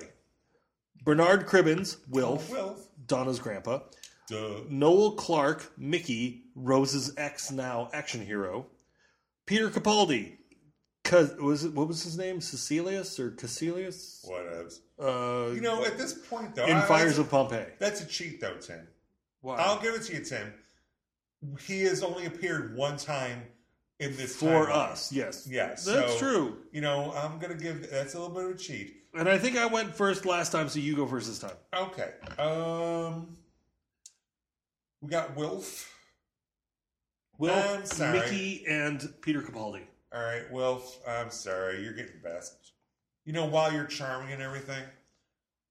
Speaker 2: Bernard Cribbins, Wilf,
Speaker 1: Wilf.
Speaker 2: Donna's grandpa.
Speaker 1: Duh.
Speaker 2: Noel Clark, Mickey, Rose's ex now action hero. Peter Capaldi, Cause, was it, what was his name? Cecilius or Casilius?
Speaker 1: Whatevs.
Speaker 2: Uh,
Speaker 1: You know, at this point, though,
Speaker 2: in
Speaker 1: I-
Speaker 2: Fires
Speaker 1: that's,
Speaker 2: of Pompeii.
Speaker 1: that's a cheat, though, Tim.
Speaker 2: Wow.
Speaker 1: I'll give it to you, Tim. He has only appeared one time in this
Speaker 2: For
Speaker 1: timeline.
Speaker 2: us, yes.
Speaker 1: Yes.
Speaker 2: That's
Speaker 1: so,
Speaker 2: true.
Speaker 1: You know, I'm gonna give that's a little bit of a cheat.
Speaker 2: And I think I went first last time, so you go first this time.
Speaker 1: Okay. Um, we got Wilf.
Speaker 2: Will,
Speaker 1: I'm sorry.
Speaker 2: Mickey, and Peter Capaldi.
Speaker 1: All right, Wilf, I'm sorry. You're getting best. You know, while you're charming and everything,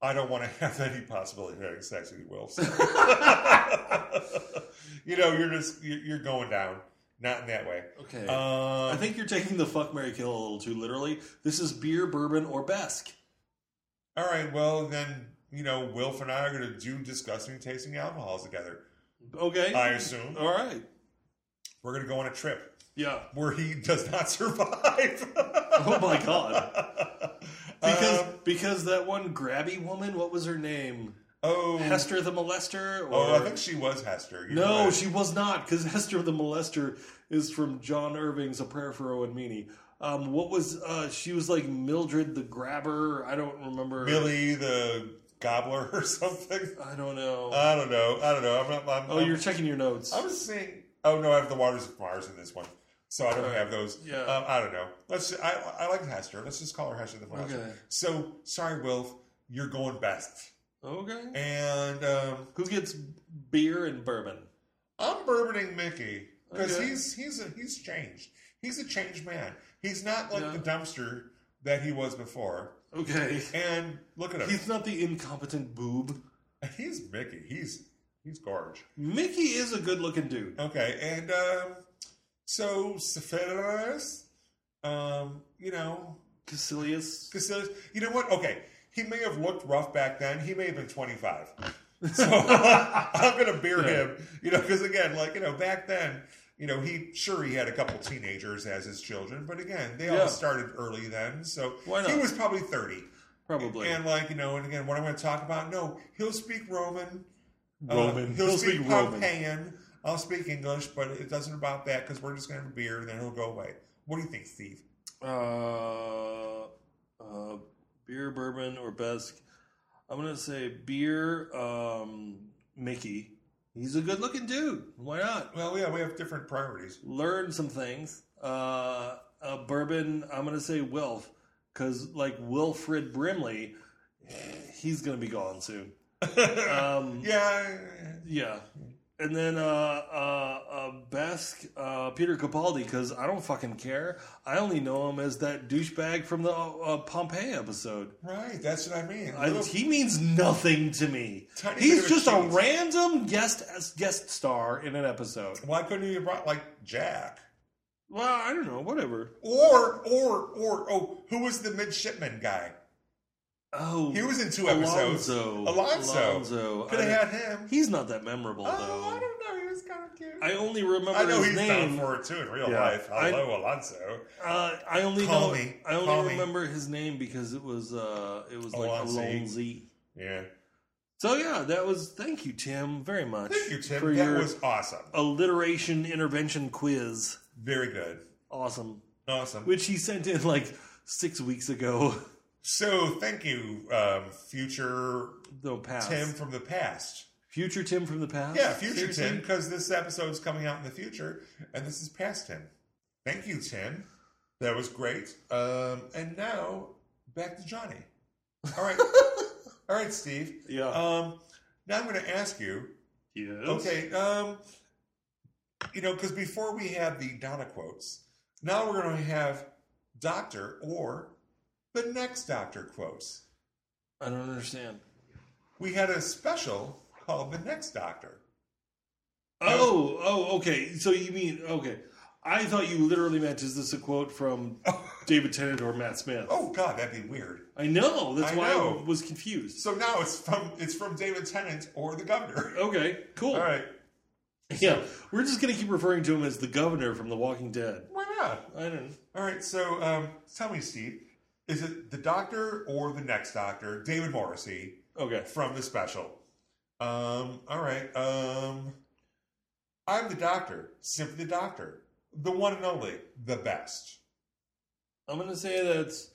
Speaker 1: I don't want to have any possibility of having sex with you, Wilf. you know, you're just, you're you're going down. Not in that way.
Speaker 2: Okay.
Speaker 1: Um,
Speaker 2: I think you're taking the fuck Mary Kill a little too literally. This is beer, bourbon, or Besk.
Speaker 1: All right, well, then, you know, Wilf and I are going to do disgusting tasting alcohols together.
Speaker 2: Okay.
Speaker 1: I assume.
Speaker 2: All right.
Speaker 1: We're going to go on a trip
Speaker 2: Yeah.
Speaker 1: where he does not survive.
Speaker 2: Oh my god. Because
Speaker 1: Um,
Speaker 2: because that one grabby woman, what was her name?
Speaker 1: oh,
Speaker 2: Hester the molester? Or...
Speaker 1: oh, I think she was Hester. You're
Speaker 2: No,
Speaker 1: right.
Speaker 2: she was not, because Hester the molester is from John Irving's A Prayer for Owen Meany. Um, what was uh, she was like Mildred the Grabber? I don't remember.
Speaker 1: Billy the Gobbler or something.
Speaker 2: I don't know.
Speaker 1: I don't know. Uh, I don't know. I'm not. I'm,
Speaker 2: oh,
Speaker 1: I'm,
Speaker 2: you're checking your notes.
Speaker 1: I was saying. Oh no, I have the Waters of Mars in this one. so I don't have those.
Speaker 2: Yeah.
Speaker 1: Um, I don't know. Let's. I, I like Hester. Let's just call her Hester the Flasher.
Speaker 2: okay.
Speaker 1: So sorry, Wilf, you're going best.
Speaker 2: Okay.
Speaker 1: And um,
Speaker 2: Who gets beer and bourbon?
Speaker 1: I'm bourboning Mickey because
Speaker 2: Okay.
Speaker 1: he's he's a, he's changed. He's a changed man. He's not like
Speaker 2: Yeah.
Speaker 1: the dumpster that he was before.
Speaker 2: Okay.
Speaker 1: And look at him.
Speaker 2: He's not the incompetent boob.
Speaker 1: He's, Mickey. He's he's gorge.
Speaker 2: Mickey is a good-looking dude.
Speaker 1: Okay, and um, so Sephiroth, um, you know,
Speaker 2: Cassilius.
Speaker 1: Casillas. You know what? Okay, he may have looked rough back then. He may have been 25. So I'm gonna beer
Speaker 2: Yeah.
Speaker 1: him. You know, because again, like you know, back then, you know, he sure he had a couple teenagers as his children, but again, they
Speaker 2: Yeah.
Speaker 1: all started early then. So
Speaker 2: Why not?
Speaker 1: he was probably 30.
Speaker 2: Probably.
Speaker 1: And like you know, and again, what I'm going to talk about? No, he'll speak Roman. Uh,
Speaker 2: Roman.
Speaker 1: he'll, speak,
Speaker 2: Roman.
Speaker 1: Pompeian. I'll speak English, but it doesn't about that because we're just going to have a beer and then he'll go away. What do you think, Steve?
Speaker 2: Uh, uh, beer, bourbon, or Besk. I'm gonna say beer. Um, Mickey. He's a good-looking dude. Why not?
Speaker 1: Well, yeah, we have different priorities.
Speaker 2: Learn some things. Uh, uh bourbon. I'm gonna say Wilf, because like Wilfred Brimley, he's gonna be gone soon. Um,
Speaker 1: yeah,
Speaker 2: Yeah. And then uh, uh, uh, Besk, uh, Peter Capaldi, because I don't fucking care. I only know him as that douchebag from the uh, Pompeii episode.
Speaker 1: right. That's what I mean.
Speaker 2: I,
Speaker 1: Little
Speaker 2: he means nothing to me.
Speaker 1: tiny bit
Speaker 2: He's
Speaker 1: of
Speaker 2: just a
Speaker 1: cheese.
Speaker 2: random guest guest star in an episode.
Speaker 1: Why couldn't you have brought like Jack?
Speaker 2: Well, I don't know, whatever.
Speaker 1: Or or or oh, who was the midshipman guy?
Speaker 2: Oh,
Speaker 1: He was in two episodes.
Speaker 2: Alonzo.
Speaker 1: Alonso.
Speaker 2: Alonzo.
Speaker 1: Could
Speaker 2: I-
Speaker 1: have had him.
Speaker 2: he's not that memorable,
Speaker 1: Oh, I
Speaker 2: though.
Speaker 1: don't know. He was kind of cute.
Speaker 2: I only remember
Speaker 1: I know
Speaker 2: his
Speaker 1: he's down
Speaker 2: name.
Speaker 1: for it too in real
Speaker 2: Yeah.
Speaker 1: life.
Speaker 2: I-
Speaker 1: Hello, Alonso.
Speaker 2: Uh, I only
Speaker 1: Call
Speaker 2: know,
Speaker 1: me.
Speaker 2: I only
Speaker 1: Call me.
Speaker 2: remember his name because it was uh it was
Speaker 1: Alonzi.
Speaker 2: like Alonzi.
Speaker 1: Yeah.
Speaker 2: So yeah, that was thank you Tim very much
Speaker 1: Thank you, Tim.
Speaker 2: for
Speaker 1: that
Speaker 2: your
Speaker 1: was awesome.
Speaker 2: alliteration intervention quiz.
Speaker 1: Very good.
Speaker 2: Awesome.
Speaker 1: Awesome.
Speaker 2: Which he sent in like 6 weeks ago.
Speaker 1: So thank you, um, future
Speaker 2: No past.
Speaker 1: Tim from the past.
Speaker 2: Future Tim from the past.
Speaker 1: Yeah, future
Speaker 2: Seriously?
Speaker 1: Tim, because this episode's coming out in the future, and this is past Tim. Thank you, Tim. That was great. Um, and now back to Johnny. All right, all right, Steve.
Speaker 2: Yeah.
Speaker 1: Um, now I'm going to ask you.
Speaker 2: yes.
Speaker 1: Okay. Um, you know, because before we had the Donna quotes, now we're going to have Doctor or the next Doctor quotes.
Speaker 2: I don't understand.
Speaker 1: We had a special called the Next Doctor.
Speaker 2: Oh, oh, okay. So you mean okay. I thought you literally meant is this a quote from David Tennant or Matt Smith?
Speaker 1: Oh God, that'd be weird.
Speaker 2: I know. That's
Speaker 1: I
Speaker 2: why
Speaker 1: know.
Speaker 2: I was confused.
Speaker 1: So now it's from it's from David Tennant or the governor.
Speaker 2: Okay, cool.
Speaker 1: All right,
Speaker 2: Yeah, we're just gonna keep referring to him as the governor from The Walking Dead.
Speaker 1: why not?
Speaker 2: I don't.
Speaker 1: All right, so um, tell me, Steve, is it the Doctor or the next Doctor, David Morrissey
Speaker 2: Okay.
Speaker 1: from the special? Um, all right, um, I'm the Doctor, simply the Doctor, the one and only, the best.
Speaker 2: I'm gonna say that's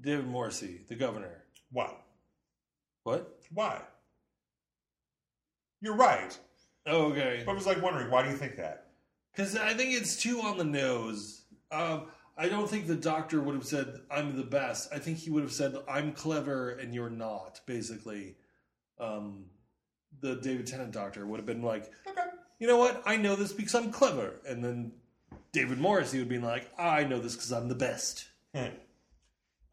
Speaker 2: David Morrissey, the governor.
Speaker 1: Why?
Speaker 2: What?
Speaker 1: Why? You're right,
Speaker 2: Oh, okay.
Speaker 1: but I was like wondering why do you think that?
Speaker 2: Because I think it's too on the nose. Um, I don't think the doctor would have said, "I'm the best." I think he would have said, "I'm clever and you're not." Basically, um, the David Tennant doctor would have been like,
Speaker 1: Okay.
Speaker 2: "You know what? I know this because I'm clever," and then David Morrissey would be like, "I know this because I'm the best."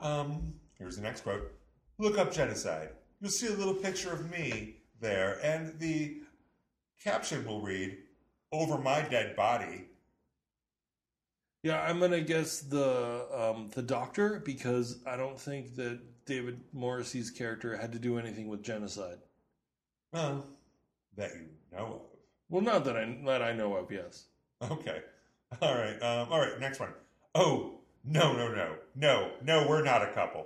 Speaker 1: Um, here's the next quote. Look up genocide. You'll see a little picture of me there, and the caption will read, "Over my dead body."
Speaker 2: Yeah, I'm gonna guess the um, the doctor because I don't think that David Morrissey's character had to do anything with genocide.
Speaker 1: Well, that you know
Speaker 2: Well, not that I that I know of. Yes.
Speaker 1: of. Okay. All right. Um, all right. Next one. Oh no no no no no! We're not a couple.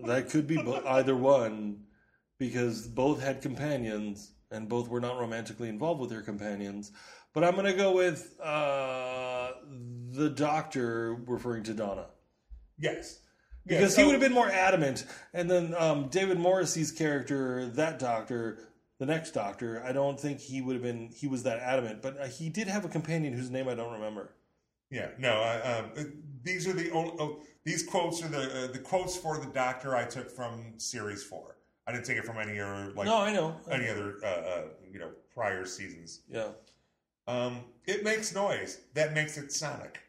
Speaker 2: That could be bo- either one, because both had companions and both were not romantically involved with their companions. But I'm going to go with uh, the doctor referring to Donna
Speaker 1: Yes. Yes,
Speaker 2: because he
Speaker 1: oh,
Speaker 2: would have been more adamant. And then um, David Morrissey's character, that doctor, the next Doctor, I don't think he would have been. He was that adamant, but uh, he did have a companion whose name I don't remember.
Speaker 1: Yeah, no. Uh, um, these are the only, oh, these quotes are the uh, the quotes for the Doctor I took from series four. I didn't take it from any other like
Speaker 2: no, I know.
Speaker 1: any other uh, uh, you know prior seasons.
Speaker 2: Yeah.
Speaker 1: Um, it makes noise. That makes it sonic.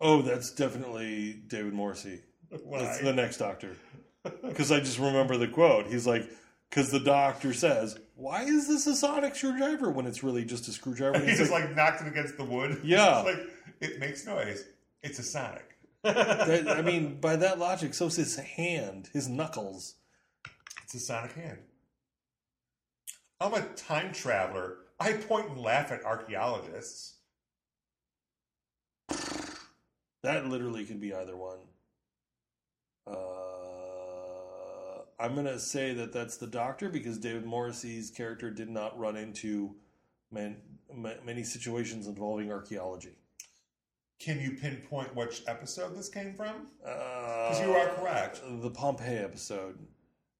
Speaker 2: Oh, that's definitely David Morrissey.
Speaker 1: When
Speaker 2: That's
Speaker 1: I-
Speaker 2: the next Doctor. Because I just remember the quote. He's like, because the Doctor says, "Why is this a sonic screwdriver when it's really just a screwdriver?" And
Speaker 1: he
Speaker 2: he's
Speaker 1: just
Speaker 2: like,
Speaker 1: like knocked it against the wood.
Speaker 2: Yeah.
Speaker 1: It's like it makes noise. It's a sonic.
Speaker 2: that- I mean, by that logic, so's his hand, his knuckles.
Speaker 1: It's a sonic hand. I'm a time traveler. I point and laugh at archaeologists.
Speaker 2: That literally could be either one. Uh, I'm gonna say that that's the Doctor because David Morrissey's character did not run into man, ma many situations involving archaeology.
Speaker 1: Can you pinpoint which episode this came from?
Speaker 2: Because
Speaker 1: you are correct.
Speaker 2: Uh, The Pompeii episode.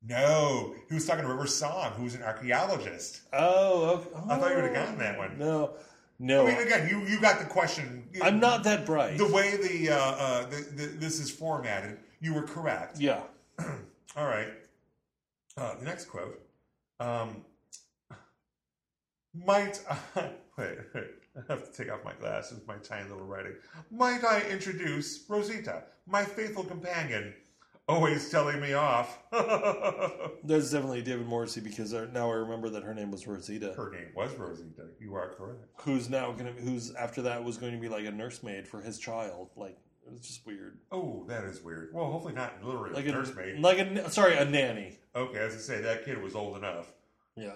Speaker 1: No. He was talking to River Song, who's an archaeologist.
Speaker 2: Oh, okay.
Speaker 1: I thought you would have
Speaker 2: Oh.
Speaker 1: gotten that one.
Speaker 2: No, no,
Speaker 1: I mean, again, you, you got the question. You-
Speaker 2: I'm not that bright.
Speaker 1: The way the, uh, uh, the, the this is formatted, you were correct.
Speaker 2: yeah,
Speaker 1: All right. Uh, the next quote. Um, might I, wait, wait, I have to take off my glasses, my tiny little writing. Might I introduce Rosita, my faithful companion, always telling me off. Her
Speaker 2: that's definitely David Morrissey because I, now I remember that her name was Rosita,
Speaker 1: name was Rosita. You are correct.
Speaker 2: who's now gonna, who's after that was going to be like a nursemaid for his child. Like it was just weird.
Speaker 1: Oh, that is weird. Well, hopefully not literally
Speaker 2: Like
Speaker 1: like
Speaker 2: a
Speaker 1: nursemaid.
Speaker 2: like a sorry, a nanny.
Speaker 1: okay, as I say, that kid was old enough.
Speaker 2: Yeah,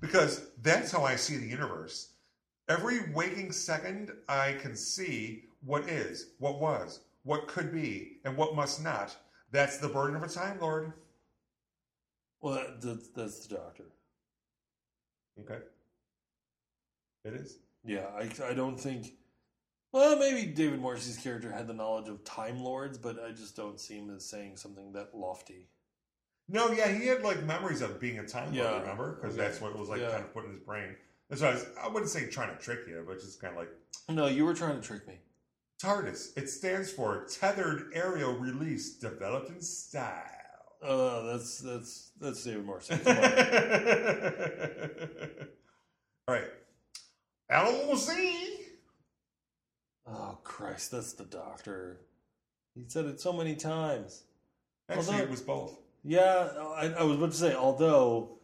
Speaker 1: because that's how I see the universe. Every waking second, I can see what is, what was, what could be, and what must not. That's the burden of a time lord.
Speaker 2: well, that, that's that's the Doctor.
Speaker 1: Okay. It is.
Speaker 2: Yeah, I I don't think. Well, maybe David Morrissey's character had the knowledge of Time Lords, but I just don't see him as saying something that lofty.
Speaker 1: No, yeah, he had like memories of being a time
Speaker 2: Yeah.
Speaker 1: lord, remember? Because
Speaker 2: Yeah.
Speaker 1: that's what it was like
Speaker 2: Yeah.
Speaker 1: kind of put in his brain. And so I, was, I wouldn't say trying to trick you, but just kind of like
Speaker 2: No, you were trying to trick me.
Speaker 1: TARDIS. It stands for Tethered Aerial Release Developed in Style.
Speaker 2: Oh, that's that's that's David Morrison.
Speaker 1: All right. LOC.
Speaker 2: oh Christ, that's the doctor. He said it so many times.
Speaker 1: Actually,
Speaker 2: Although-
Speaker 1: it was both.
Speaker 2: Yeah, I, I was about to say. Although,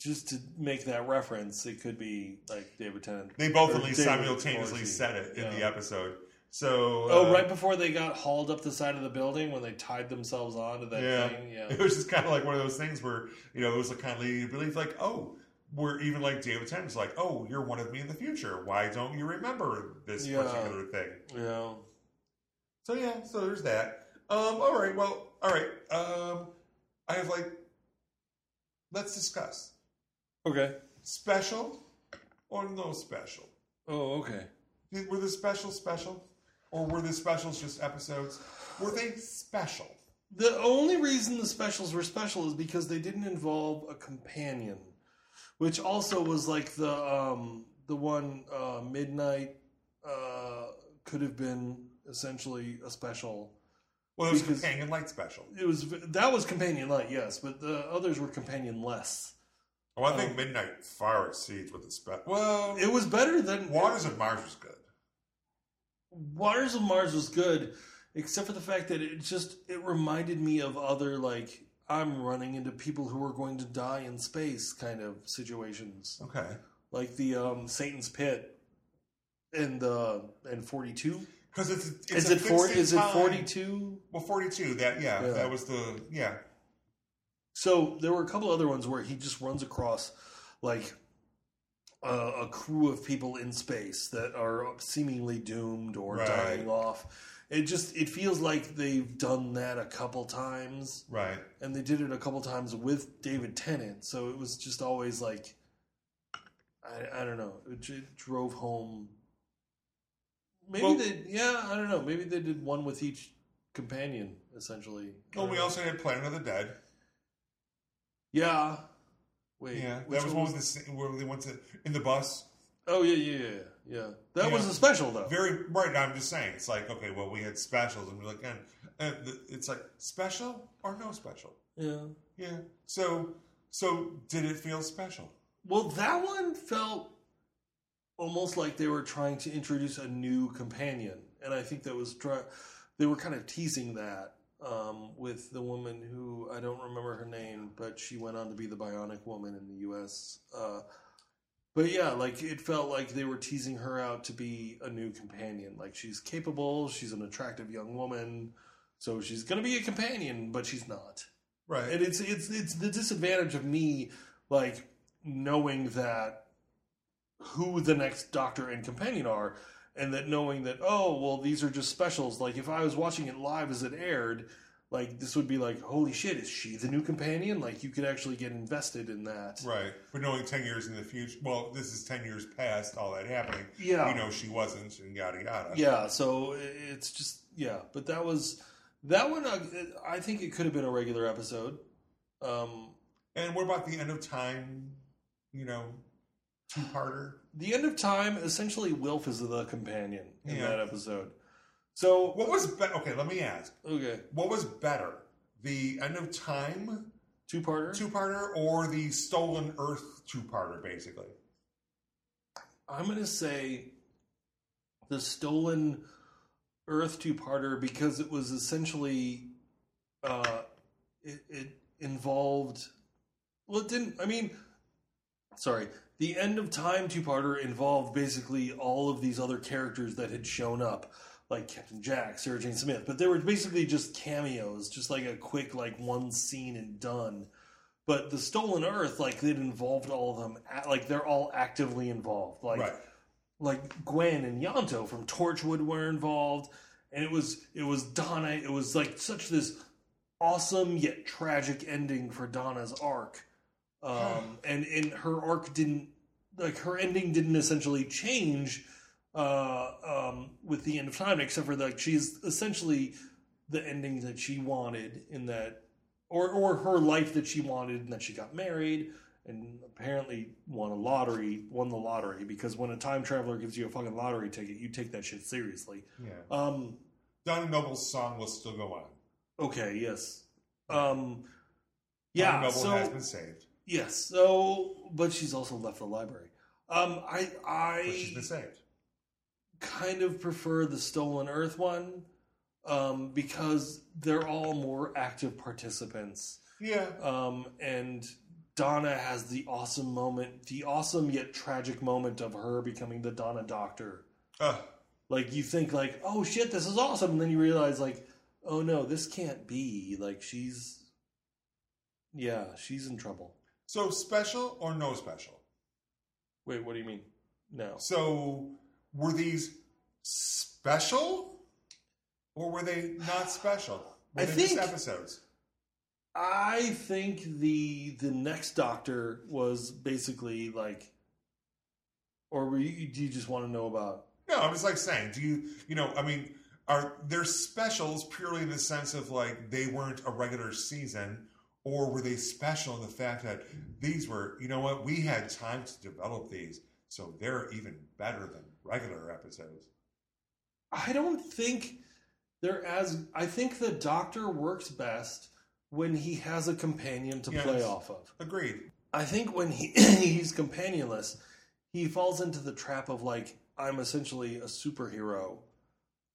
Speaker 2: just to make that reference, it could be like David Tennant.
Speaker 1: They both
Speaker 2: Or
Speaker 1: at least
Speaker 2: David
Speaker 1: simultaneously
Speaker 2: Morrissey.
Speaker 1: said it in
Speaker 2: Yeah.
Speaker 1: the episode. So,
Speaker 2: Oh,
Speaker 1: uh,
Speaker 2: right before they got hauled up the side of the building when they tied themselves onto that
Speaker 1: Yeah.
Speaker 2: thing. Yeah,
Speaker 1: It was just kind of like one of those things where you know it was like kind of leading you to believe, like, oh, we're even like David Tennant's, like, oh, you're one of me in the future. Why don't you remember this
Speaker 2: Yeah.
Speaker 1: particular thing?
Speaker 2: yeah.
Speaker 1: So yeah, so there's that. Um, all right, well, all right. Um, I have like, let's discuss.
Speaker 2: Okay.
Speaker 1: special or no special?
Speaker 2: Oh, okay.
Speaker 1: Did- Were the special special, or were the specials just episodes? Were they special?
Speaker 2: The only reason the specials were special is because they didn't involve a companion, which also was like the um, the one uh, midnight uh, could have been essentially a special.
Speaker 1: Well, it was
Speaker 2: Because-
Speaker 1: companion light special.
Speaker 2: It was that was companion light, yes, but the others were companion less.
Speaker 1: Oh, I
Speaker 2: Oh.
Speaker 1: think Midnight far exceeds what the special. Well,
Speaker 2: It was better than
Speaker 1: Waters of Mars was good.
Speaker 2: Waters of Mars was good, except for the fact that it just it reminded me of other like I'm running into people who are going to die in space kind of situations.
Speaker 1: Okay,
Speaker 2: like the um, Satan's Pit and the and forty two.
Speaker 1: because it's, it's
Speaker 2: Is
Speaker 1: a
Speaker 2: it four?
Speaker 1: fixed in
Speaker 2: Is it
Speaker 1: time.
Speaker 2: forty two?
Speaker 1: Well, forty-two. That yeah,
Speaker 2: Yeah.
Speaker 1: that was the yeah.
Speaker 2: So there were a couple other ones where he just runs across like a, a crew of people in space that are seemingly doomed or
Speaker 1: Right.
Speaker 2: dying off. It just it feels like they've done that a couple times,
Speaker 1: Right.
Speaker 2: and they did it a couple times with David Tennant. So it was just always like I, I don't know. It, j- drove home. Maybe
Speaker 1: Well-
Speaker 2: they yeah I don't know. Maybe they did one with each companion
Speaker 1: Oh,
Speaker 2: essentially. I
Speaker 1: Well,
Speaker 2: don't
Speaker 1: we
Speaker 2: know.
Speaker 1: also had Planet of the Dead.
Speaker 2: yeah Wait,
Speaker 1: yeah,
Speaker 2: which
Speaker 1: that was one with the scene where they went to in the bus.
Speaker 2: Oh yeah, yeah, yeah, yeah. That
Speaker 1: Yeah.
Speaker 2: was a special though.
Speaker 1: Very right. I'm just saying, it's like okay, well, we had specials, and we're like, and, and the- it's like special or no special.
Speaker 2: yeah.
Speaker 1: Yeah. So, so did it feel special?
Speaker 2: Well, that one felt almost like they were trying to introduce a new companion, and I think that was try- they were kind of teasing that um, with the woman who I don't remember her name, but she went on to be the Bionic Woman in the U.S. Uh, but yeah, like it felt like they were teasing her out to be a new companion. Like she's capable, she's an attractive young woman, so she's gonna be a companion, but she's not
Speaker 1: Right.
Speaker 2: and it's it's it's the disadvantage of me like knowing that who the next doctor and companion are and that knowing that oh well these are just specials like if i was watching it live as it aired like this would be like holy shit is she the new companion like you could actually get invested in that
Speaker 1: Right. But knowing 10 years in the future, well, this is 10 years past all that happening.
Speaker 2: yeah
Speaker 1: You know, she wasn't, and yada yada.
Speaker 2: yeah so i- it's just yeah but that was that one uh, i think it could have been a regular episode um
Speaker 1: And what about the end of time, you know, two parter?
Speaker 2: The End of Time, essentially, Wilf is the companion in
Speaker 1: Yeah.
Speaker 2: that episode. So,
Speaker 1: What was better? Okay, let me ask.
Speaker 2: okay,
Speaker 1: What was better? The end of time
Speaker 2: two parter.
Speaker 1: two parter or the stolen earth two parter, basically?
Speaker 2: I'm going to say the Stolen Earth two parter because it was essentially, uh, it, it involved, well, it didn't, I mean, sorry, the End of Time two parter involved basically all of these other characters that had shown up. Like Captain Jack, Sarah Jane Smith, but they were basically just cameos, just like a quick, like one scene and done. But the Stolen Earth, like it involved all of them, a- like they're all actively involved. Like
Speaker 1: right.
Speaker 2: like Gwen and Yanto from Torchwood were involved, and it was it was Donna. It was like such this awesome yet tragic ending for Donna's arc, um, and and her arc didn't like her ending didn't essentially change uh, um, with the end of time, except for like she's essentially the ending that she wanted in that, or or her life that she wanted, and that she got married and apparently won a lottery, won the lottery because when a time traveler gives you a fucking lottery ticket, you take that shit seriously.
Speaker 1: Yeah.
Speaker 2: Um,
Speaker 1: Don Noble's song will still go on.
Speaker 2: okay, yes, um,
Speaker 1: Don
Speaker 2: yeah.
Speaker 1: Noble
Speaker 2: So
Speaker 1: has been saved.
Speaker 2: yes, so but she's also left the library. Um, I I
Speaker 1: But she's been saved.
Speaker 2: kind of prefer the Stolen Earth one um, because they're all more active participants.
Speaker 1: Yeah.
Speaker 2: Um, and Donna has the awesome moment, the awesome yet tragic moment of her becoming the Donna Doctor.
Speaker 1: Ugh.
Speaker 2: Like you think like, oh shit, this is awesome, and then you realize like, oh no, this can't be. Like she's, yeah, she's in trouble.
Speaker 1: so special or no special?
Speaker 2: Wait, what do you mean? No,
Speaker 1: So were these special or were they not special? Were
Speaker 2: I
Speaker 1: they
Speaker 2: think-
Speaker 1: just episodes?
Speaker 2: I think the the next Doctor was basically like, or were you, do you just want to know about?
Speaker 1: No, I'm just like saying, do you you know, I mean, are they're specials purely in the sense of like they weren't a regular season, or were they special in the fact that these were, you know what, we had time to develop these, so they're even better than regular episodes.
Speaker 2: I don't think they're as. I think the Doctor works best when he has a companion to
Speaker 1: Yes.
Speaker 2: play off of.
Speaker 1: Agreed.
Speaker 2: I think when he he's companionless, he falls into the trap of like I'm essentially a superhero,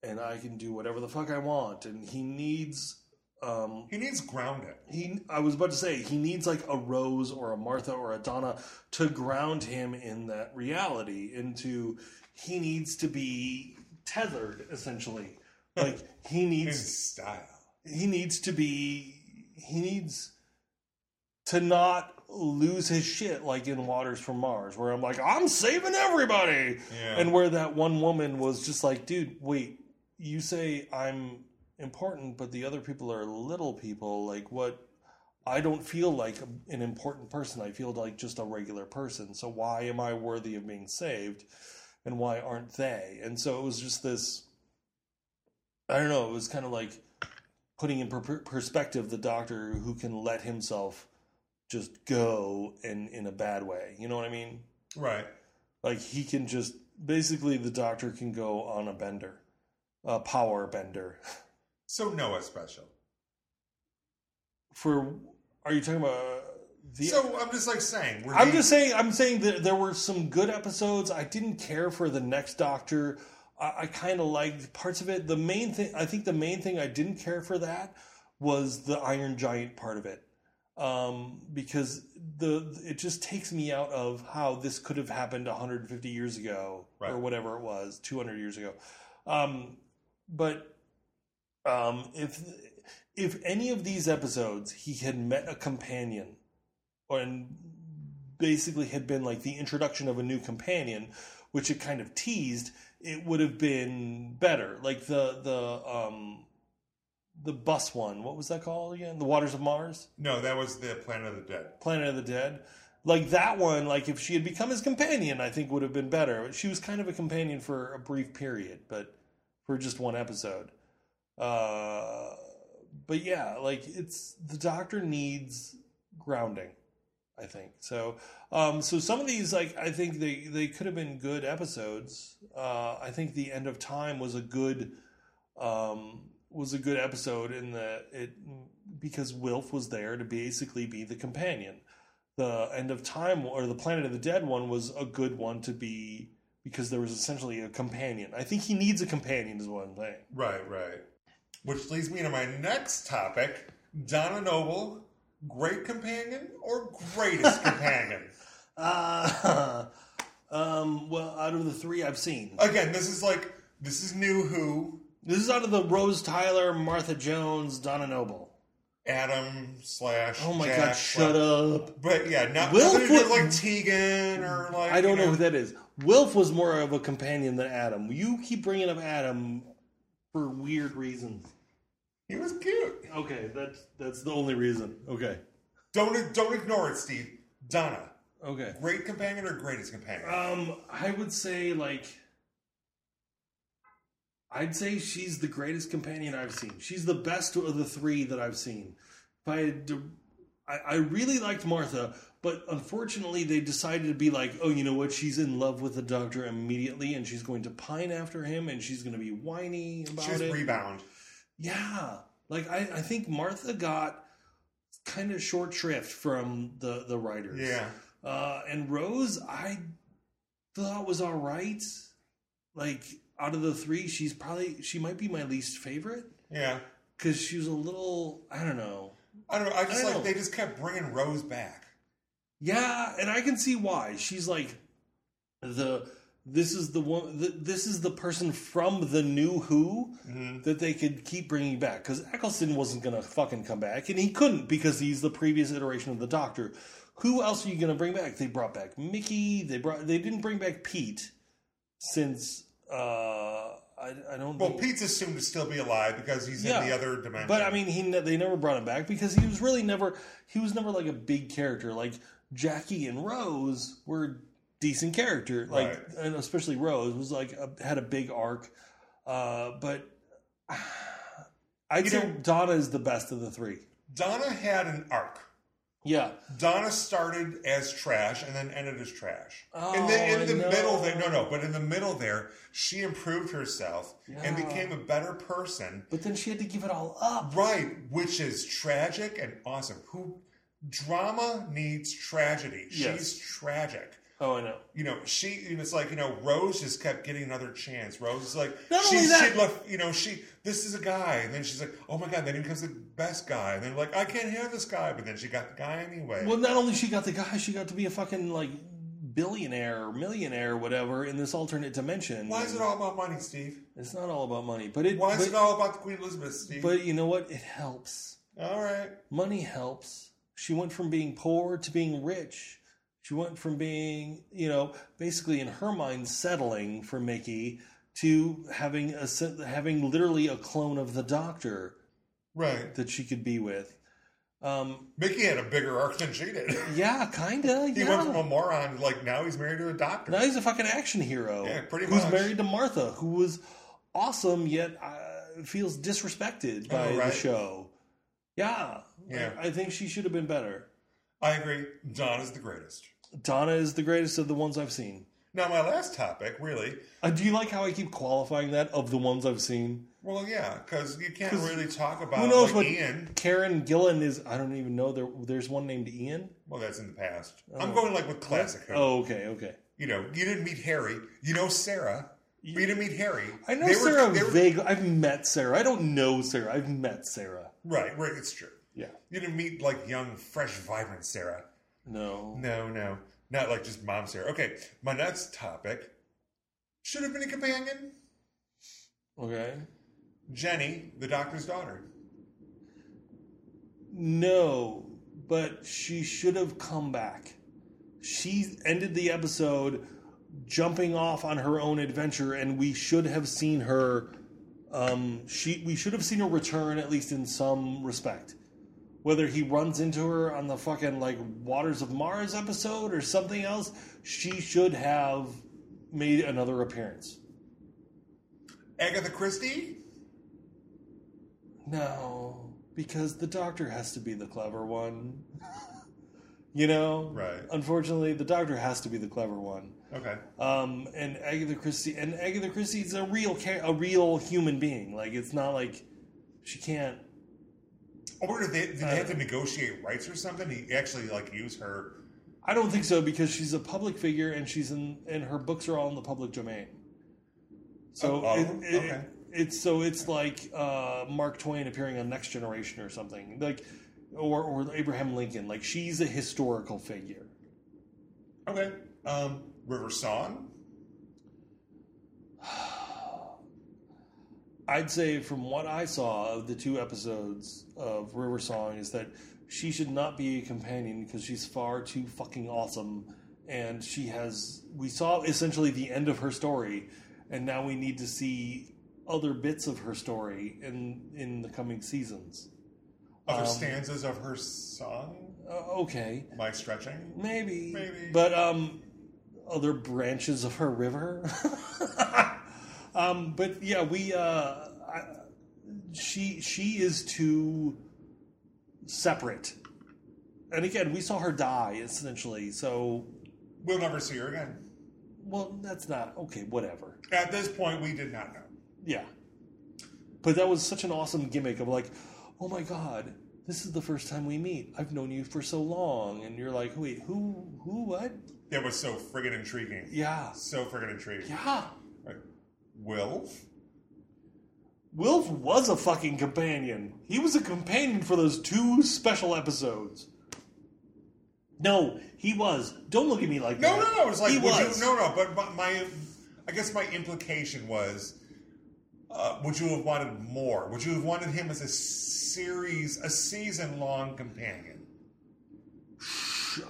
Speaker 2: and I can do whatever the fuck I want, and he needs. Um,
Speaker 1: He needs grounding.
Speaker 2: he I was about to say he needs like a Rose or a Martha or a Donna to ground him in that reality into he needs to be tethered essentially like he
Speaker 1: In
Speaker 2: needs
Speaker 1: style.
Speaker 2: he needs to be he needs to not lose his shit like in Waters from Mars where I'm like I'm saving everybody
Speaker 1: Yeah.
Speaker 2: and where that one woman was just like, dude, wait, you say I'm important, but the other people are little people. Like, what? I don't feel like an important person. I feel like just a regular person. So, why am I worthy of being saved? And why aren't they? And so, it was just this I don't know, it was kind of like putting in per- perspective the doctor who can let himself just go in in a bad way. You know what I mean?
Speaker 1: Right.
Speaker 2: Like he can just basically the doctor can go on a bender, a power bender.
Speaker 1: So Noah's special.
Speaker 2: For are you talking about the?
Speaker 1: so I'm just like saying. We're
Speaker 2: I'm just saying. I'm saying that there were some good episodes. I didn't care for the next Doctor. I, I kind of liked parts of it. The main thing, I think, the main thing I didn't care for that was the Iron Giant part of it, um, because the it just takes me out of how this could have happened 150 years ago
Speaker 1: Right.
Speaker 2: or whatever it was, 200 years ago. Um, but um, if if any of these episodes he had met a companion or and basically had been like the introduction of a new companion which it kind of teased it would have been better like the the um the bus one what was that called again the waters of mars
Speaker 1: no, that was the Planet of the Dead.
Speaker 2: planet of the dead like that one like if she had become his companion i think would have been better she was kind of a companion for a brief period but for just one episode uh but yeah like it's the doctor needs grounding i think so um so some of these like i think they they could have been good episodes uh i think the end of time was a good um was a good episode in that it because wilf was there to basically be the companion the end of time or the planet of the dead one was a good one to be because there was essentially a companion i think he needs a companion is what i'm saying
Speaker 1: Right, right. Which leads me to my next topic: Donna Noble, great companion or greatest companion?
Speaker 2: Uh, um, well, out of the three I've seen,
Speaker 1: Again, this is like this is new. Who
Speaker 2: this is out of the Rose Tyler, Martha Jones, Donna Noble.
Speaker 1: Adam slash?
Speaker 2: Oh my
Speaker 1: Jack
Speaker 2: god,
Speaker 1: slash-
Speaker 2: shut up!
Speaker 1: But yeah, not
Speaker 2: Will
Speaker 1: nobody did
Speaker 2: Fo-
Speaker 1: like Tegan or like
Speaker 2: I don't
Speaker 1: you
Speaker 2: know who that is. Wilf was more of a companion than Adam. You keep bringing up Adam for weird reasons.
Speaker 1: He was cute.
Speaker 2: Okay, that's that's the only reason. Okay,
Speaker 1: Don't don't ignore it, Steve. Donna,
Speaker 2: okay.
Speaker 1: great companion or greatest companion?
Speaker 2: Um, I would say like. I'd say she's the greatest companion I've seen. She's the best of the three that I've seen. If I, had to- I, I really liked Martha, but unfortunately they decided to be like, oh, you know what? She's in love with the doctor immediately, and she's going to pine after him, and she's going to be whiny about
Speaker 1: she was
Speaker 2: it.
Speaker 1: rebound.
Speaker 2: Yeah. Like I, I think Martha got kind of short shrift from the the writers.
Speaker 1: Yeah,
Speaker 2: Uh, and Rose, I thought was all right. Like out of the three, she's probably she might be my least favorite
Speaker 1: yeah.
Speaker 2: because she was a little I don't know.
Speaker 1: I don't know. I just
Speaker 2: I
Speaker 1: like
Speaker 2: know.
Speaker 1: they just kept bringing Rose back.
Speaker 2: Yeah, and I can see why she's like the this is the one th- this is the person from the new Who
Speaker 1: Mhm.
Speaker 2: that they could keep bringing back because Eccleston wasn't gonna fucking come back and he couldn't because he's the previous iteration of the Doctor. Who else are you gonna bring back? They brought back Mickey. They brought they didn't bring back Pete since uh I, I don't
Speaker 1: Well,
Speaker 2: think-
Speaker 1: Pete's assumed to still be alive because he's
Speaker 2: Yeah.
Speaker 1: in the other dimension.
Speaker 2: but I mean, he ne- they never brought him back because he was really never he was never like a big character. Like Jackie and Rose were decent character, like
Speaker 1: Right.
Speaker 2: and especially Rose was like a, had a big arc. Uh, but I'd
Speaker 1: You
Speaker 2: say
Speaker 1: know-
Speaker 2: Donna is the best of the three.
Speaker 1: Donna had an arc.
Speaker 2: Yeah,
Speaker 1: Donna started as trash and then ended as trash.
Speaker 2: Oh,
Speaker 1: and then
Speaker 2: I
Speaker 1: in the
Speaker 2: know.
Speaker 1: middle there, no, no, but in the middle there, she improved herself and
Speaker 2: Yeah.
Speaker 1: became a better person
Speaker 2: but then she had to give it all up.
Speaker 1: Right, which is tragic and awesome. Who drama needs tragedy.
Speaker 2: Yes.
Speaker 1: She's tragic.
Speaker 2: Oh, I know.
Speaker 1: You know, she it was like, you know, Rose just kept getting another chance. Rose is like
Speaker 2: Not
Speaker 1: she,
Speaker 2: only that-
Speaker 1: she left you know, she this is a guy, and then she's like, Oh my god, then he becomes the best guy, and then like, I can't have this guy, but then she got the guy anyway.
Speaker 2: Well, not only she got the guy, she got to be a fucking like billionaire or millionaire or whatever in this alternate dimension.
Speaker 1: Why is it all about money, Steve?
Speaker 2: It's not all about money, but it.
Speaker 1: Why is
Speaker 2: but-
Speaker 1: it all about the Queen Elizabeth, Steve?
Speaker 2: But you know what? It helps.
Speaker 1: all right.
Speaker 2: Money helps. She went from being poor to being rich. She went from being, you know, basically in her mind settling for Mickey to having a se- having literally a clone of the doctor
Speaker 1: Right.
Speaker 2: that she could be with. Um,
Speaker 1: Mickey had a bigger arc than she did.
Speaker 2: yeah, kinda.
Speaker 1: he
Speaker 2: yeah.
Speaker 1: went from a moron to like now he's married to a doctor.
Speaker 2: Now he's a fucking action hero.
Speaker 1: Yeah, pretty
Speaker 2: who's
Speaker 1: much.
Speaker 2: married to Martha, who was awesome yet uh, feels disrespected by
Speaker 1: Oh, right.
Speaker 2: the show. Yeah,
Speaker 1: Yeah.
Speaker 2: I, I think she should have been better.
Speaker 1: I agree. John is the greatest.
Speaker 2: Donna is the greatest of the ones I've seen.
Speaker 1: Now, my last topic, really.
Speaker 2: Uh, do you like how I keep qualifying that of the ones I've seen?
Speaker 1: Well, yeah, because you can't
Speaker 2: 'Cause
Speaker 1: really talk about
Speaker 2: who knows
Speaker 1: like
Speaker 2: what-
Speaker 1: Ian.
Speaker 2: Karen Gillan is. I don't even know there. There's one named Ian.
Speaker 1: Well, that's in the past. I'm
Speaker 2: Oh.
Speaker 1: going like with classic. Who.
Speaker 2: Oh, okay, okay.
Speaker 1: You know, you didn't meet Harry. You know Sarah. You,
Speaker 2: You-
Speaker 1: didn't meet Harry.
Speaker 2: I know
Speaker 1: They were-
Speaker 2: Sarah
Speaker 1: they were-
Speaker 2: vaguely. I've met Sarah. I don't know Sarah. I've met Sarah.
Speaker 1: Right, right. It's true.
Speaker 2: Yeah.
Speaker 1: You didn't meet like young, fresh, vibrant Sarah.
Speaker 2: No.
Speaker 1: No, no, not like just mom Sarah. Okay, my next topic should have been a companion.
Speaker 2: Okay.
Speaker 1: Jenny, the doctor's daughter.
Speaker 2: No, but she should have come back. She ended the episode jumping off on her own adventure, and we should have seen her. Um, she we should have seen her return at least in some respect. Whether he runs into her on the fucking like Waters of Mars episode or something else, she should have made another appearance.
Speaker 1: Agatha Christie?
Speaker 2: No, because the doctor has to be the clever one. you know?
Speaker 1: Right.
Speaker 2: Unfortunately, the doctor has to be the clever one.
Speaker 1: Okay.
Speaker 2: Um, and Agatha Christie, and Agatha Christie's a real, cha- a real human being. Like it's not like she can't.
Speaker 1: Or did Oh, they, did
Speaker 2: Uh,
Speaker 1: they have to negotiate rights or something? He actually like use her.
Speaker 2: I don't think so because she's a public figure and she's in, and her books are all in the public domain. So
Speaker 1: Oh,
Speaker 2: it,
Speaker 1: oh,
Speaker 2: it-
Speaker 1: okay.
Speaker 2: it's so it's like uh, Mark Twain appearing on Next Generation or something like, or or Abraham Lincoln. Like she's a historical figure.
Speaker 1: Okay. Um, River Song.
Speaker 2: I'd say from what I saw of the two episodes of River Song is that she should not be a companion because she's far too fucking awesome and she has we saw essentially the end of her story and now we need to see other bits of her story in in the coming seasons.
Speaker 1: Other
Speaker 2: Um,
Speaker 1: stanzas of her song.
Speaker 2: Uh, okay,
Speaker 1: Am I stretching?
Speaker 2: maybe.
Speaker 1: Maybe.
Speaker 2: But um other branches of her river. um but yeah, we uh I, she she is too separate. And again, we saw her die essentially. So
Speaker 1: We'll never see her again.
Speaker 2: well, that's not okay, whatever.
Speaker 1: At this point, we did not know.
Speaker 2: Yeah. But that was such an awesome gimmick of like, "Oh my god, this is the first time we meet. I've known you for so long." And you're like, "Wait, who who what?"
Speaker 1: That was so friggin' intriguing.
Speaker 2: Yeah.
Speaker 1: So friggin' intriguing.
Speaker 2: Yeah.
Speaker 1: Right. Wilf?
Speaker 2: Wilf was a fucking companion. He was a companion for those two special episodes. No, he was. Don't look at me like
Speaker 1: No,
Speaker 2: that.
Speaker 1: no, no. It was like,
Speaker 2: he
Speaker 1: would
Speaker 2: was.
Speaker 1: you? No, no. But my, my, I guess my implication was, uh, would you have wanted more? Would you have wanted him as a series, a season long companion?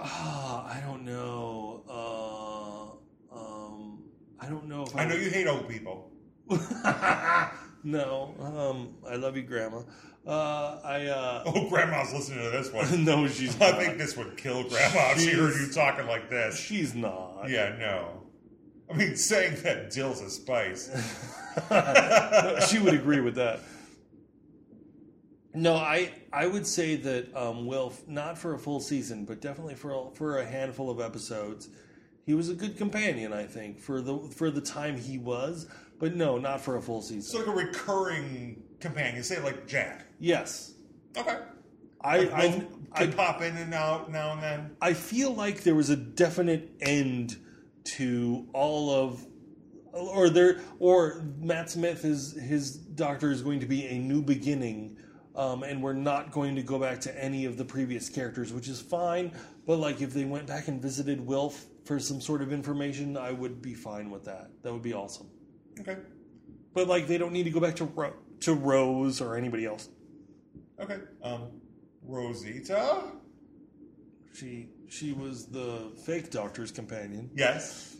Speaker 2: Ah, I don't know. Uh, um, I don't know if I.
Speaker 1: I know you hate old people.
Speaker 2: no, um, I love you, Grandma. Uh, I. Uh,
Speaker 1: Oh, grandma's listening to this one.
Speaker 2: no, she's
Speaker 1: I
Speaker 2: not.
Speaker 1: think this would kill grandma if she heard you talking like this.
Speaker 2: she's not.
Speaker 1: Yeah, no. I mean, saying that dill's a spice.
Speaker 2: No, she would agree with that. No, I I would say that um, Will not for a full season, but definitely for a, for a handful of episodes, he was a good companion. I think for the for the time he was, but no, not for a full
Speaker 1: It's
Speaker 2: season.
Speaker 1: like a recurring companion. Say like Jack.
Speaker 2: yes,
Speaker 1: Okay.
Speaker 2: I
Speaker 1: Wolf
Speaker 2: I,
Speaker 1: could
Speaker 2: I
Speaker 1: pop in and out now and then.
Speaker 2: I feel like there was a definite end to all of. Or there, or Matt Smith is his doctor is going to be a new beginning, um, and we're not going to go back to any of the previous characters, which is fine. But like, if they went back and visited Wilf for some sort of information, I would be fine with that. That would be awesome.
Speaker 1: Okay.
Speaker 2: But like, they don't need to go back to Ro- to Rose or anybody else.
Speaker 1: Okay. Um, Rosita?
Speaker 2: She she was the fake doctor's companion.
Speaker 1: Yes.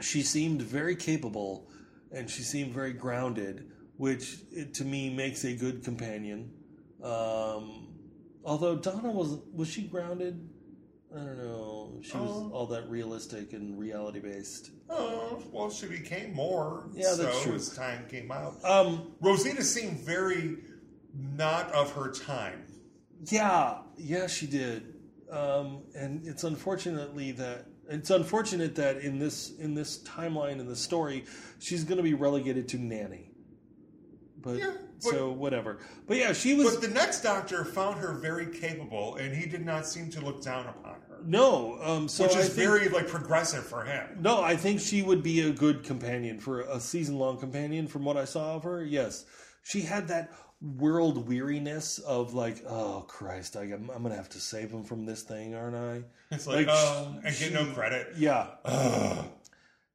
Speaker 2: she seemed very capable and she seemed very grounded, which it, to me makes a good companion. Um, although Donna was was she grounded? I don't know. She was
Speaker 1: Oh.
Speaker 2: all that realistic and reality based.
Speaker 1: Oh, well, she became more.
Speaker 2: Yeah, that's
Speaker 1: so
Speaker 2: true.
Speaker 1: As time came out,
Speaker 2: Um,
Speaker 1: Rosita seemed very not of her time.
Speaker 2: yeah, yeah, she did. um, and it's unfortunately that it's unfortunate that in this in this timeline in the story, she's going to be relegated to nanny. But,
Speaker 1: Yeah, but-
Speaker 2: so whatever. But yeah, she was
Speaker 1: But the next doctor found her very capable, and he did not seem to look down upon her,
Speaker 2: no. Um, so
Speaker 1: which
Speaker 2: I
Speaker 1: is
Speaker 2: think-
Speaker 1: very like progressive for him.
Speaker 2: No, I think she would be a good companion for a season long companion from what I saw of her. Yes. She had that world weariness of like, oh Christ, I, am going to have to save him from this thing, aren't I?
Speaker 1: It's like,
Speaker 2: Like,
Speaker 1: oh, and
Speaker 2: she-
Speaker 1: get no credit.
Speaker 2: Yeah.
Speaker 1: Ugh.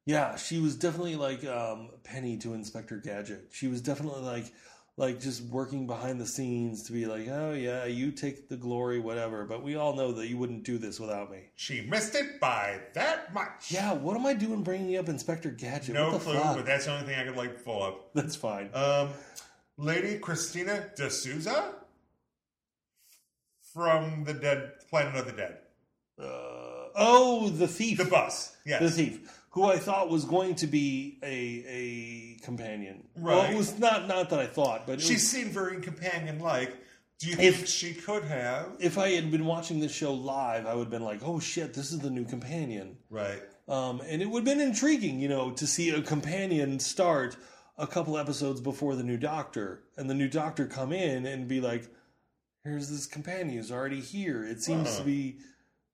Speaker 2: Yeah, she was definitely like um, Penny to Inspector Gadget. She was definitely like like just working behind the scenes to be like, "Oh yeah, you take the glory whatever, but we all know that you wouldn't do this without me."
Speaker 1: She missed it by that much.
Speaker 2: Yeah, what am I doing bringing up Inspector Gadget?
Speaker 1: no
Speaker 2: what the
Speaker 1: clue,
Speaker 2: fuck?
Speaker 1: but that's the only thing I could like pull up.
Speaker 2: That's fine.
Speaker 1: Um, Lady Christina D'Souza from the Dead Planet of the Dead.
Speaker 2: Uh, oh, the thief.
Speaker 1: The bus. Yes.
Speaker 2: The thief, who I thought was going to be a a companion. Well,
Speaker 1: Right.
Speaker 2: it was not not that I thought, but it
Speaker 1: she
Speaker 2: was-
Speaker 1: seemed very companion like. Do you think
Speaker 2: If-
Speaker 1: she could have?
Speaker 2: if I had been watching this show live, I would have been like, "Oh shit, this is the new companion."
Speaker 1: Right.
Speaker 2: Um, and it would have been intriguing, you know, to see a companion start a couple episodes before the new Doctor, and the new Doctor come in and be like, "Here's this companion who's already here." It seems
Speaker 1: Uh-huh.
Speaker 2: to be,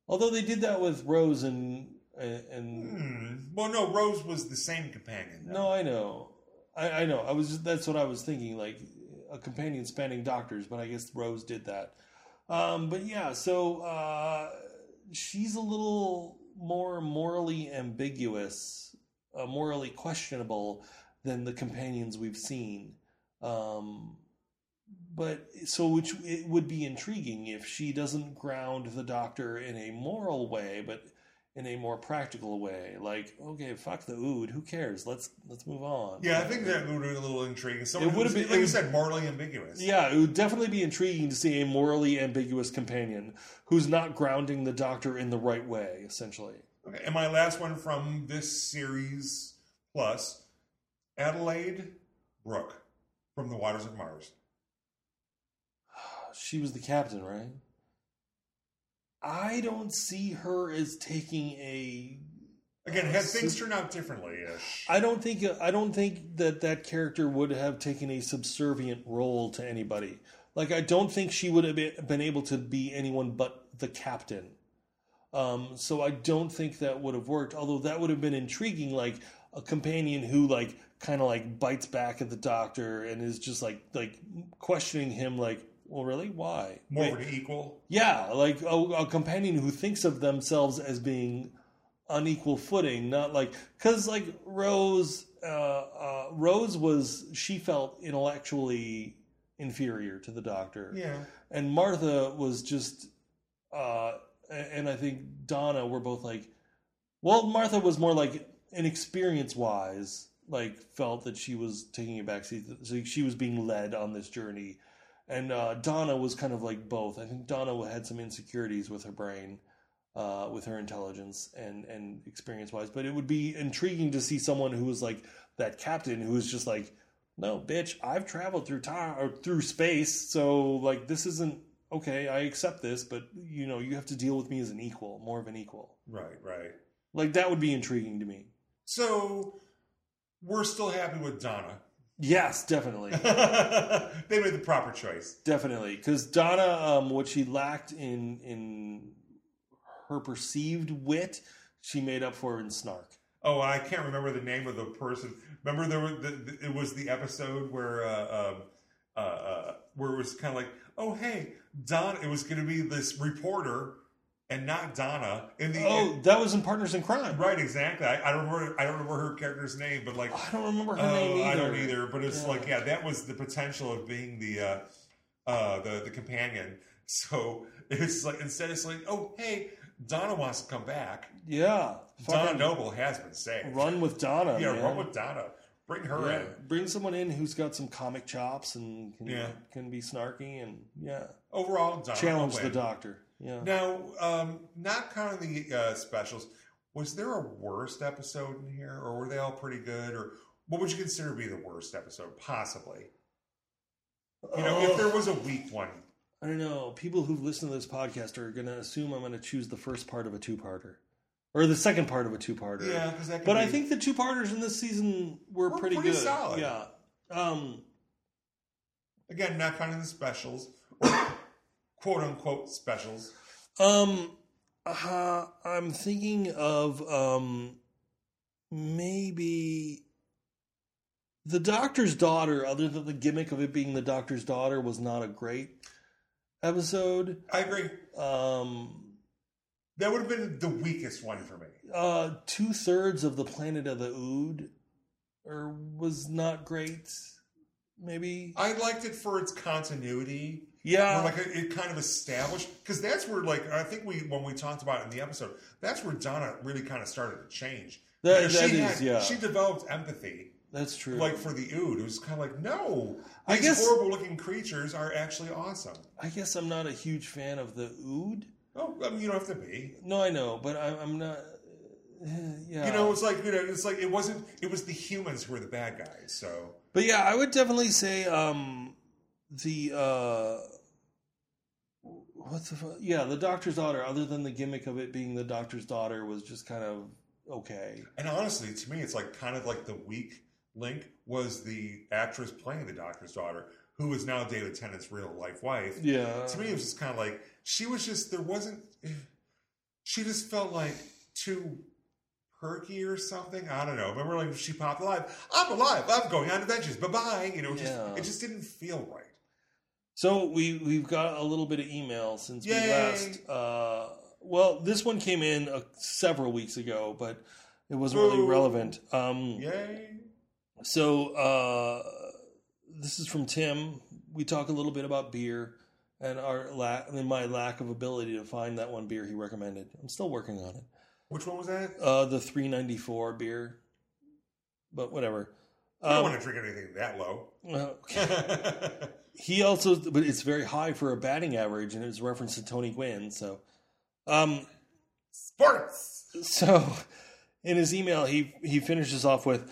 Speaker 2: although they did that with Rose and and, and
Speaker 1: Hmm. Well, no, Rose was the same companion.
Speaker 2: no, I know, I, I know. I was just, that's what I was thinking, like a companion spanning Doctors, but I guess Rose did that. Um, but yeah, so uh, she's a little more morally ambiguous, uh, morally questionable than the companions we've seen. Um, but so, which it would be intriguing if she doesn't ground the doctor in a moral way, but in a more practical way. Like, okay, fuck the ood, who cares? Let's let's move on.
Speaker 1: Yeah, I think that would be a little intriguing. Someone
Speaker 2: It would
Speaker 1: who's,
Speaker 2: have been-
Speaker 1: like
Speaker 2: it
Speaker 1: you
Speaker 2: would-
Speaker 1: said, morally ambiguous.
Speaker 2: Yeah, it would definitely be intriguing to see a morally ambiguous companion who's not grounding the doctor in the right way, essentially.
Speaker 1: Okay, and my last one from this series plus Adelaide Brooke from The Waters of Mars.
Speaker 2: She was the captain, right? I don't see her as taking a.
Speaker 1: Again, had things
Speaker 2: Sus-
Speaker 1: turned out differently ish.
Speaker 2: I don't think I don't think that that character would have taken a subservient role to anybody. Like I don't think she would have be- been able to be anyone but the captain. Um, so I don't think that would have worked. Although that would have been intriguing, like a companion who like kind of like bites back at the doctor and is just like like questioning him, like, well, really, why?
Speaker 1: More
Speaker 2: Wait,
Speaker 1: of an equal.
Speaker 2: yeah, like a, a companion who thinks of themselves as being unequal footing, not like because like Rose, uh, uh, Rose was she felt intellectually inferior to the Doctor,
Speaker 1: Yeah.
Speaker 2: and Martha was just, uh, a- and I think Donna were both like, well, Martha was more like inexperience wise, like felt that she was taking a backseat, so she was being led on this journey, and uh, Donna was kind of like both. I think Donna had some insecurities with her brain. Uh, with her intelligence and and experience wise, but it would be intriguing to see someone who was like that captain who was just like, no, bitch, I've traveled through time or through space, so like this isn't okay. I accept this, but you know, you have to deal with me as an equal, more of an equal.
Speaker 1: Right, right.
Speaker 2: Like that would be intriguing to me.
Speaker 1: So we're still happy with Donna.
Speaker 2: Yes, definitely.
Speaker 1: they made the proper choice.
Speaker 2: definitely. Cuz Donna um what she lacked in in her perceived wit, she made up for in snark.
Speaker 1: Oh, I can't remember the name of the person. Remember, there were the, the, it was the episode where uh, um, uh, uh, where it was kind of like, oh hey, Don. It was going to be this reporter and not Donna. In the
Speaker 2: Oh, that was in Partners in Crime.
Speaker 1: right, exactly. I, I don't remember. I don't remember her character's name, but like
Speaker 2: I don't remember her name
Speaker 1: Oh,
Speaker 2: either.
Speaker 1: I don't either. But it's
Speaker 2: Yeah.
Speaker 1: like, yeah, that was the potential of being the uh, uh, the the companion. So it's like instead, it's like, oh, hey, Donna wants to come back.
Speaker 2: Yeah.
Speaker 1: Donna
Speaker 2: Fucking
Speaker 1: Noble has been saved.
Speaker 2: Run with Donna.
Speaker 1: yeah,
Speaker 2: man.
Speaker 1: run with Donna. Bring her
Speaker 2: Yeah,
Speaker 1: in.
Speaker 2: Bring someone in who's got some comic chops and can
Speaker 1: Yeah.
Speaker 2: can be snarky and yeah,
Speaker 1: Overall, Donna
Speaker 2: challenge
Speaker 1: will
Speaker 2: the
Speaker 1: win.
Speaker 2: doctor. Yeah.
Speaker 1: Now, um, not counting the uh, specials, was there a worst episode in here, or were they all pretty good? Or what would you consider
Speaker 2: Oh.
Speaker 1: to be the worst episode, possibly? You know, if there was a weak one,
Speaker 2: I don't know. People who've listened to this podcast are going to assume I'm going to choose the first part of a two parter or the second part of a two parter.
Speaker 1: Yeah, because that. could
Speaker 2: But I
Speaker 1: be-
Speaker 2: think the two parters in this season were,
Speaker 1: Were
Speaker 2: pretty,
Speaker 1: pretty
Speaker 2: good.
Speaker 1: solid.
Speaker 2: Yeah. Um,
Speaker 1: again, not counting the specials, quote unquote specials.
Speaker 2: um, uh, I'm thinking of um, maybe the doctor's daughter, other than the gimmick of it being the doctor's daughter, was not a great episode.
Speaker 1: I agree.
Speaker 2: Um,
Speaker 1: That would have been the weakest one for me.
Speaker 2: uh two thirds of the planet of the Ood or was not great. Maybe
Speaker 1: I liked it for its continuity.
Speaker 2: yeah,
Speaker 1: where, like it, it kind of established because that's where like I think we when we talked about it in the episode, that's where Donna really kind of started to change.
Speaker 2: that,
Speaker 1: Because
Speaker 2: that
Speaker 1: she
Speaker 2: is
Speaker 1: had-
Speaker 2: yeah,
Speaker 1: She developed empathy,
Speaker 2: that's true.
Speaker 1: like for the Ood. It was kind of like, no,
Speaker 2: I
Speaker 1: these
Speaker 2: guess
Speaker 1: horrible-looking creatures are actually awesome.
Speaker 2: I guess I'm not a huge fan of the Ood.
Speaker 1: Oh, I mean, you don't have to be.
Speaker 2: No, I know, but I, I'm not. Yeah,
Speaker 1: You know, it's like you know, it's like it wasn't. It was the humans who were the bad guys. So
Speaker 2: But yeah, I would definitely say um the uh what's the fu- yeah the doctor's daughter. Other than the gimmick of it being the doctor's daughter, was just kind of okay.
Speaker 1: And honestly, to me, it's like kind of like the weak link was the actress playing the doctor's daughter, who is now David Tennant's real life wife.
Speaker 2: Yeah,
Speaker 1: To me, it was just kind of like she was just there wasn't. She just felt like too perky or something. I don't know. Remember, like she popped alive. I'm alive. I'm going on adventures. Bye bye. You know, it
Speaker 2: Yeah.
Speaker 1: just it just didn't feel right.
Speaker 2: So we we've got a little bit of email since we
Speaker 1: Yay.
Speaker 2: last. Uh, well, this one came in uh, several weeks ago, but it wasn't really
Speaker 1: Boo.
Speaker 2: relevant. Um,
Speaker 1: Yay!
Speaker 2: So uh, this is from Tim. We talk a little bit about beer and our lack and my lack of ability to find that one beer he recommended. I'm still working on it.
Speaker 1: Which one was that?
Speaker 2: Uh, the 394 beer, but whatever.
Speaker 1: I don't
Speaker 2: Um,
Speaker 1: want to drink anything that low.
Speaker 2: okay. he also but it's very high for a batting average and it was referenced to tony gwynn so um
Speaker 1: Sports.
Speaker 2: so in his email he he finishes off with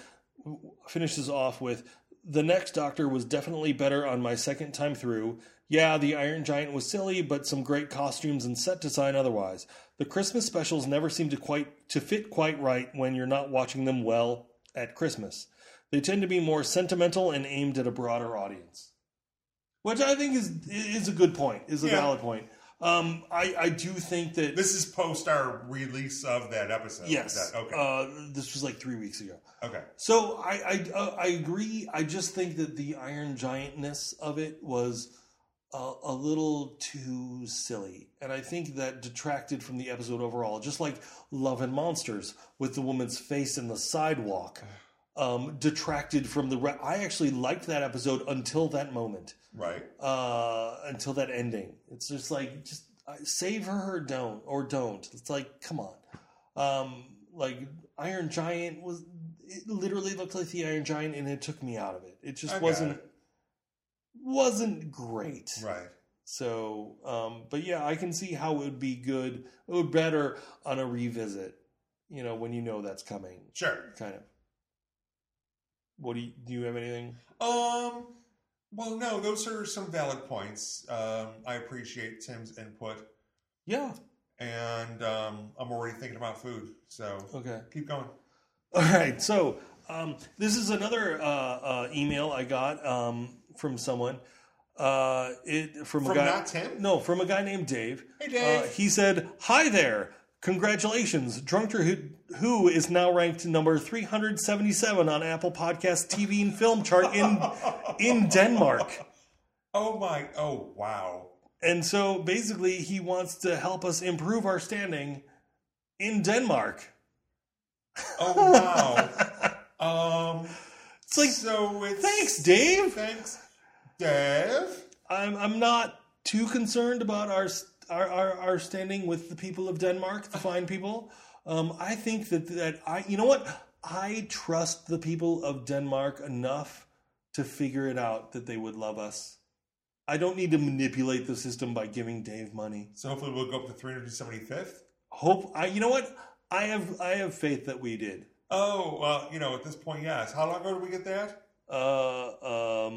Speaker 2: finishes off with the next doctor was definitely better on my second time through yeah the iron giant was silly but some great costumes and set design otherwise the christmas specials never seem to quite to fit quite right when you're not watching them well at christmas they tend to be more sentimental and aimed at a broader audience which i think is is a good point is a
Speaker 1: Yeah.
Speaker 2: valid point um, I, I do think that
Speaker 1: This is post our release of that episode.
Speaker 2: Yes.
Speaker 1: That- okay.
Speaker 2: Uh, this was like three weeks ago.
Speaker 1: okay.
Speaker 2: So I I, uh, I agree. I just think that the Iron Giantness of it was a, a little too silly, and I think that detracted from the episode overall. Just like Love and Monsters with the woman's face in the sidewalk. Um, detracted from the. Re- I actually liked that episode until that moment,
Speaker 1: Right.
Speaker 2: uh, until that ending. It's just like just uh, save her or don't or don't. It's like come on, um, like Iron Giant was it literally looked like the Iron Giant, and it took me out of it. It just
Speaker 1: I got
Speaker 2: wasn't wasn't great.
Speaker 1: Right.
Speaker 2: So, um, but yeah, I can see how it would be good, it would better on a revisit. You know, when you know that's coming,
Speaker 1: Sure.
Speaker 2: kind of. What do you do? You have anything?
Speaker 1: Um. Well, no, those are some valid points. Um, I appreciate Tim's input,
Speaker 2: Yeah.
Speaker 1: and um, I'm already thinking about food. So
Speaker 2: Okay.
Speaker 1: keep going.
Speaker 2: All right. So um, this is another uh, uh, email I got um, from someone. Uh, it from, a
Speaker 1: From
Speaker 2: guy.
Speaker 1: not Tim.
Speaker 2: no, from a guy named Dave.
Speaker 1: Hey,
Speaker 2: Uh,
Speaker 1: Dave.
Speaker 2: he said, "Hi there. Congratulations, Drunkter who, who is now ranked number 377 on Apple Podcast TV and film chart in in Denmark."
Speaker 1: oh my! Oh wow!
Speaker 2: And so basically, he wants to help us improve our standing in Denmark.
Speaker 1: Oh wow! um.
Speaker 2: It's like,
Speaker 1: so it's
Speaker 2: thanks, Dave.
Speaker 1: Thanks, Dave.
Speaker 2: I'm I'm not too concerned about our our our, our standing with the people of Denmark, the fine people. Um, I think that that I you know what I trust the people of Denmark enough to figure it out that they would love us. I don't need to manipulate the system by giving Dave money.
Speaker 1: So hopefully we'll go up to 375th.
Speaker 2: Hope I you know what I have I have faith that we did.
Speaker 1: Oh well, you know at this point, yes. How long ago did we get that?
Speaker 2: Uh, um,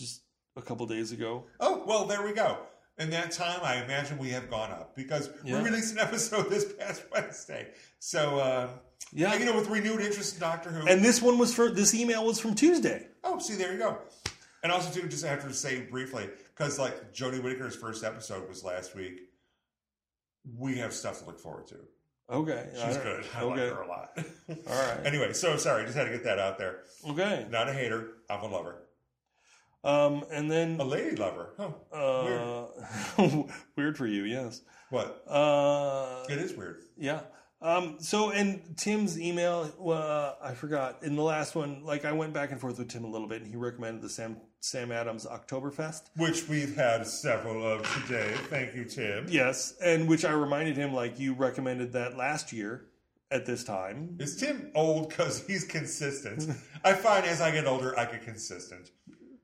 Speaker 2: just a couple days ago.
Speaker 1: Oh, well, there we go. In that time, I imagine we have gone up because
Speaker 2: Yeah.
Speaker 1: we released an episode this past Wednesday. So, uh,
Speaker 2: Yeah.
Speaker 1: you know, with renewed interest in Doctor Who.
Speaker 2: And this one was for this email was from Tuesday.
Speaker 1: oh, see, there you go. And also, too, just have to say briefly, because like Jodie Whittaker's first episode was last week, we have stuff to look forward to.
Speaker 2: Okay.
Speaker 1: She's
Speaker 2: all
Speaker 1: good.
Speaker 2: right.
Speaker 1: I like
Speaker 2: okay.
Speaker 1: her a lot.
Speaker 2: All right.
Speaker 1: anyway, so sorry, just had to get that out there.
Speaker 2: Okay.
Speaker 1: Not a hater. I'm a lover.
Speaker 2: Um, and then
Speaker 1: A lady lover. Huh.
Speaker 2: uh, weird for you, yes.
Speaker 1: What?
Speaker 2: Uh,
Speaker 1: It is weird.
Speaker 2: Yeah. Um, so, and Tim's email, uh, I forgot. In the last one, like I went back and forth with Tim a little bit, and he recommended the Sam Sam Adams Oktoberfest.
Speaker 1: Which we've had several of today. Thank you, Tim.
Speaker 2: Yes, and which I reminded him, like you recommended that last year at this time.
Speaker 1: Is Tim old because he's consistent? I find as I get older, I get consistent.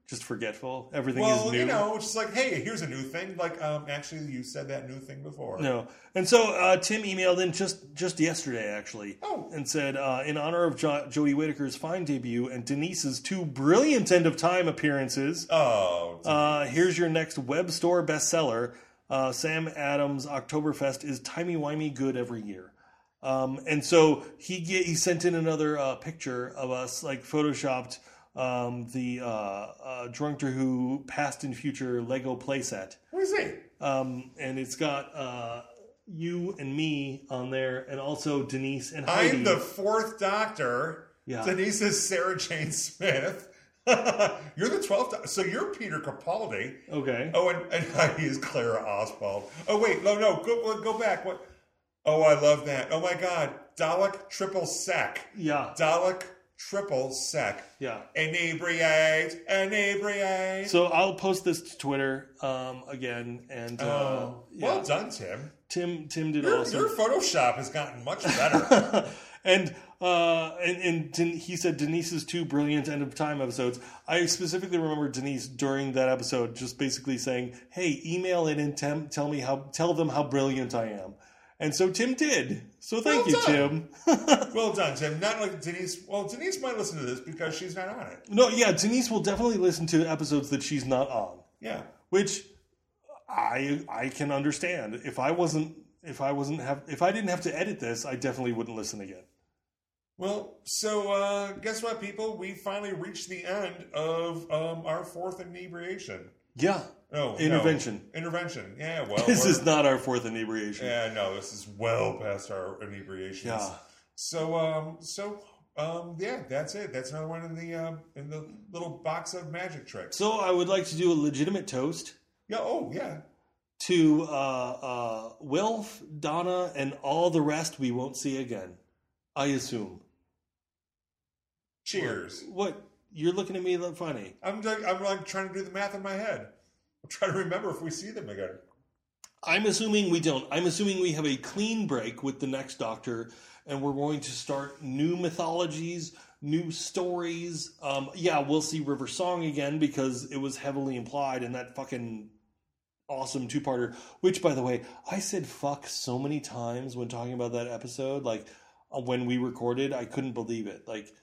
Speaker 2: Just forgetful. Everything
Speaker 1: Well,
Speaker 2: is new.
Speaker 1: you know, it's just like, hey, here's a new thing. Like, um, actually, you said that new thing before.
Speaker 2: No. And so uh, Tim emailed in just just yesterday, actually,
Speaker 1: Oh.
Speaker 2: and said, uh, in honor of jo- Jodie Whittaker's fine debut and Denise's two brilliant end of time appearances,
Speaker 1: Oh. dear.
Speaker 2: uh, here's your next web store bestseller. Uh, Sam Adams Oktoberfest is timey wimey good every year. Um, and so he ge- he sent in another uh, picture of us, like photoshopped um, the uh, uh, Drunkter Who past and future Lego playset
Speaker 1: what is he?
Speaker 2: um, and it's got uh, you and me on there, and also Denise and Heidi.
Speaker 1: I'm the fourth doctor.
Speaker 2: Yeah.
Speaker 1: Denise is Sarah Jane Smith. you're the 12th. doc- So you're Peter Capaldi.
Speaker 2: okay.
Speaker 1: Oh, and, and Heidi is Clara Oswald. Oh, wait. No, no. Go, go back. What? Oh, I love that. Oh, my God. Dalek triple sec.
Speaker 2: Yeah,
Speaker 1: Dalek triple sec.
Speaker 2: yeah.
Speaker 1: Inebriate. Inebriate.
Speaker 2: So I'll post this to Twitter um, again, and uh,
Speaker 1: Oh,
Speaker 2: yeah.
Speaker 1: well done, Tim.
Speaker 2: Tim Tim did
Speaker 1: Your,
Speaker 2: also.
Speaker 1: your Photoshop has gotten much better.
Speaker 2: and uh, and and Den- he said Denise's two brilliant end of time episodes. I specifically remember Denise during that episode just basically saying, "Hey, email in and tem- tell me how tell them how brilliant I am." And so Tim did. So thank
Speaker 1: Well
Speaker 2: you,
Speaker 1: done.
Speaker 2: Tim.
Speaker 1: well done, Tim. Not like Denise. Well, Denise might listen to this because she's not on it.
Speaker 2: No, yeah, Denise will definitely listen to episodes that she's not on,
Speaker 1: Yeah.
Speaker 2: which I I can understand. If I wasn't if I wasn't have if I didn't have to edit this, I definitely wouldn't listen again.
Speaker 1: Well, so uh, guess what, people? We finally reached the end of um, our fourth inebriation.
Speaker 2: Yeah,
Speaker 1: Oh, no.
Speaker 2: Intervention.
Speaker 1: Intervention. Yeah. Well,
Speaker 2: this
Speaker 1: we're-
Speaker 2: is not our fourth inebriation.
Speaker 1: Yeah, no, this is well past our inebriations.
Speaker 2: Yeah.
Speaker 1: So, um, so, um, yeah, that's it. That's another one in the um, in the little box of magic tricks.
Speaker 2: So I would like to do a legitimate toast
Speaker 1: Yeah. Oh, yeah.
Speaker 2: to uh, uh, Wilf, Donna, and all the rest we won't see again. I assume.
Speaker 1: Cheers.
Speaker 2: What you're looking at me that funny?
Speaker 1: I'm like, I'm like trying to do the math in my head. I'm trying to remember if we see them again.
Speaker 2: I'm assuming we don't. I'm assuming we have a clean break with the next Doctor, and we're going to start new mythologies, new stories. Um, yeah, we'll see River Song again because it was heavily implied in that fucking awesome two parter. Which, by the way, I said fuck so many times when talking about that episode. Like uh, when we recorded, I couldn't believe it. Like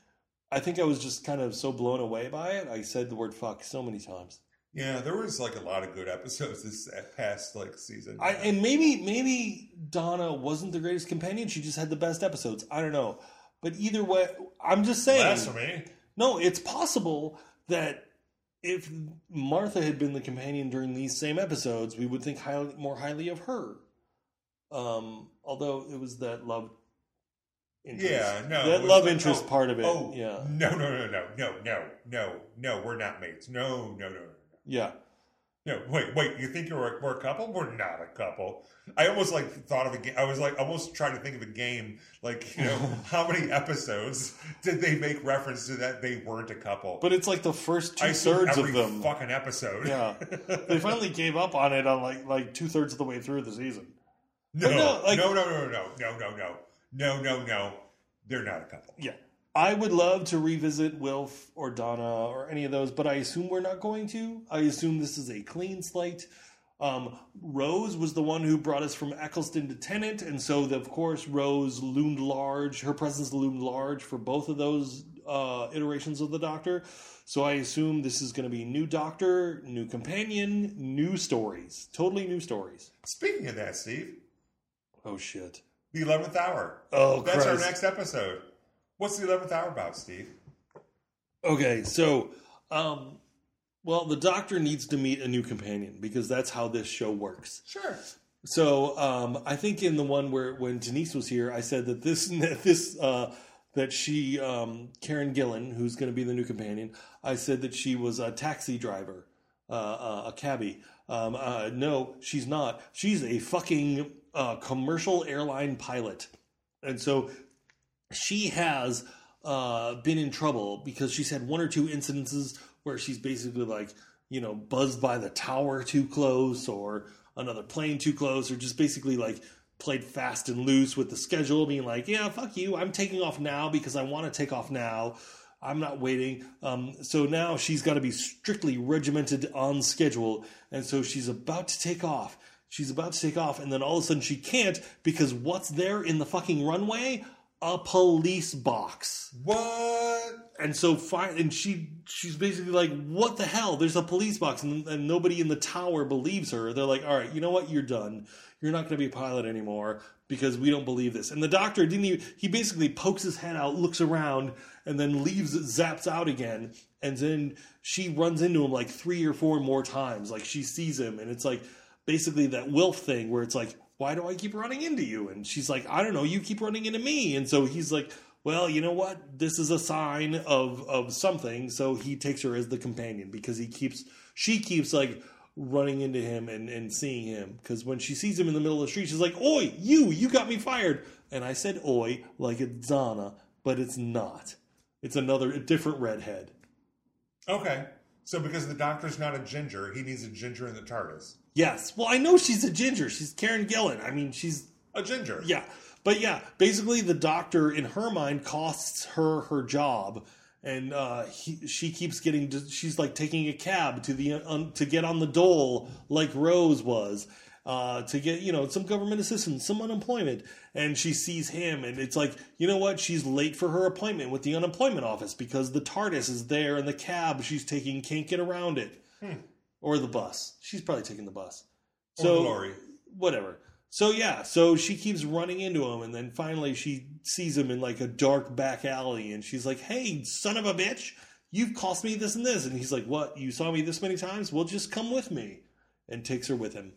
Speaker 2: I think I was just kind of so blown away by it. I said the word fuck so many times.
Speaker 1: Yeah, there was like a lot of good episodes this uh, past like season.
Speaker 2: I, and maybe maybe Donna wasn't the greatest companion. She just had the best episodes. I don't know. But either way, I'm just saying.
Speaker 1: blasphemy.
Speaker 2: No, it's possible that if Martha had been the companion during these same episodes, we would think highly, more highly of her. Um, although it was that love interest.
Speaker 1: Yeah, no, it
Speaker 2: That
Speaker 1: was
Speaker 2: love
Speaker 1: like,
Speaker 2: interest
Speaker 1: oh,
Speaker 2: part of it.
Speaker 1: Oh,
Speaker 2: yeah.
Speaker 1: No, no, no, no, no, no, no, no. We're not mates. No, no, no, no. no.
Speaker 2: Yeah.
Speaker 1: No, wait, wait. You think you're a, we're a couple? We're not a couple. I almost like thought of a game. I was like almost trying to think of a game. Like you know, how many episodes did they make reference to that they weren't a couple?
Speaker 2: But it's like the first two
Speaker 1: I assume
Speaker 2: thirds
Speaker 1: every
Speaker 2: of them.
Speaker 1: fucking episode.
Speaker 2: Yeah. They finally gave up on it on like like two thirds of the way through the season.
Speaker 1: no,
Speaker 2: But no,
Speaker 1: no,
Speaker 2: like-
Speaker 1: no, no, no, no, no, no, no, no, no, no. They're not a couple.
Speaker 2: Yeah. I would love to revisit Wilf or Donna or any of those, but I assume we're not going to. I assume this is a clean slate. Um, Rose was the one who brought us from Eccleston to Tennant, and so of course Rose loomed large. Her presence loomed large for both of those uh, iterations of the Doctor, so I assume this is going to be new Doctor, new companion, new stories, totally new stories.
Speaker 1: Speaking of that, Steve,
Speaker 2: Oh shit!
Speaker 1: the eleventh hour.
Speaker 2: Oh,
Speaker 1: That's our
Speaker 2: Christ.
Speaker 1: next episode. What's the eleventh hour about, Steve?
Speaker 2: Okay, so, um, well, the Doctor needs to meet a new companion because that's how this show works.
Speaker 1: Sure.
Speaker 2: So um, I think in the one where when Denise was here, I said that this this uh, that she um, Karen Gillan, who's going to be the new companion, I said that she was a taxi driver, uh, uh, a cabbie. Um, uh, no, she's not. She's a fucking uh, commercial airline pilot, and so she has uh, been in trouble because she's had one or two incidences where she's basically like, you know, buzzed by the tower too close or another plane too close or just basically like played fast and loose with the schedule, being like, yeah, fuck you, I'm taking off now because I want to take off now. I'm not waiting. Um, so now she's got to be strictly regimented on schedule. And so she's about to take off. She's about to take off, and then all of a sudden she can't because what's there in the fucking runway? A police box
Speaker 1: What?
Speaker 2: and so fine and she she's basically like what the hell there's a police box and, and nobody in the tower believes her they're like all right you know what you're done you're not going to be a pilot anymore because we don't believe this and the doctor didn't even he basically pokes his head out looks around and then leaves zaps out again and then she runs into him like three or four more times like she sees him and it's like basically that Wilf thing where it's like, why do I keep running into you? And she's like, I don't know, you keep running into me. And so he's like, well, you know what? This is a sign of of something. So he takes her as the companion because he keeps she keeps like running into him and and seeing him because when she sees him in the middle of the street, she's like, "Oi, you! You got me fired!" And I said "Oi" like it's Zana, but it's not. It's another a different redhead.
Speaker 1: Okay. So because the doctor's not a ginger, he needs a ginger in the TARDIS.
Speaker 2: Yes. Well, I know she's a ginger. She's Karen Gillan. I mean, she's
Speaker 1: A ginger.
Speaker 2: Yeah. But yeah, basically the doctor in her mind costs her her job and uh, he, she keeps getting she's like taking a cab to the um, to get on the dole like Rose was. Uh, to get you know some government assistance, some unemployment, and she sees him, and it's like you know what? She's late for her appointment with the unemployment office because the TARDIS is there, and the cab she's taking can't get around it, or the bus. She's probably taking the bus.
Speaker 1: Or
Speaker 2: so
Speaker 1: Lori.
Speaker 2: whatever. So yeah, so she keeps running into him, and then finally she sees him in like a dark back alley, and she's like, "Hey, son of a bitch, you've cost me this and this," and he's like, "What? You saw me this many times? Well, just come with me," and takes her with him,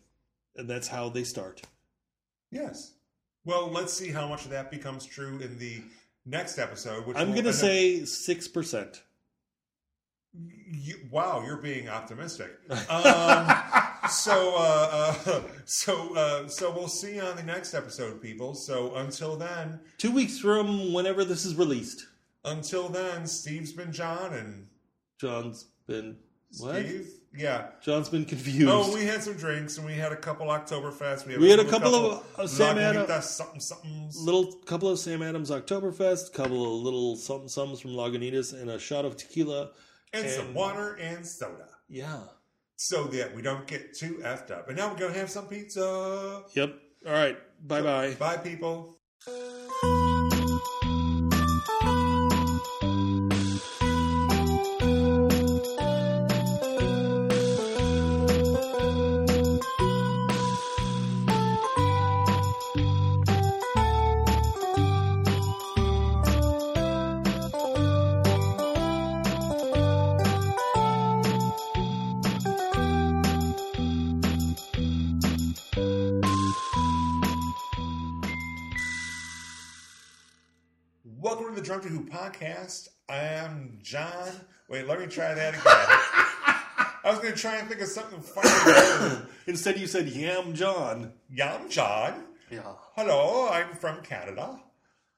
Speaker 2: and that's how they start.
Speaker 1: Yes. Well, let's see how much of that becomes true in the next episode. Which
Speaker 2: I'm
Speaker 1: will end
Speaker 2: gonna
Speaker 1: up-
Speaker 2: say six percent.
Speaker 1: You- wow, you're being optimistic. Um, so, uh, uh, so, uh, so we'll see on the next episode, people. So until then,
Speaker 2: Two weeks from whenever this is released,
Speaker 1: until then, Steve's been John and
Speaker 2: John's been what?
Speaker 1: Steve. Yeah.
Speaker 2: John's been confused.
Speaker 1: Oh, we had some drinks and we had a couple Oktoberfest. We,
Speaker 2: We had a couple of, uh, Sam
Speaker 1: Lagunitas
Speaker 2: Adams-
Speaker 1: something somethings.
Speaker 2: little couple of Sam Adams Oktoberfest, couple of little something sums from Lagunitas, and a shot of tequila.
Speaker 1: and, some
Speaker 2: and-
Speaker 1: water and soda.
Speaker 2: Yeah.
Speaker 1: So that we don't get too effed up. And now we're going to have some pizza.
Speaker 2: Yep. All right. Bye bye.
Speaker 1: Bye, people. Welcome to the Drunk to Who podcast. I'm John. Wait, let me try that again. I was going to try and think of something funny.
Speaker 2: Instead, you said Yam John.
Speaker 1: yeah, I'm John.
Speaker 2: Yeah.
Speaker 1: Hello, I'm from Canada.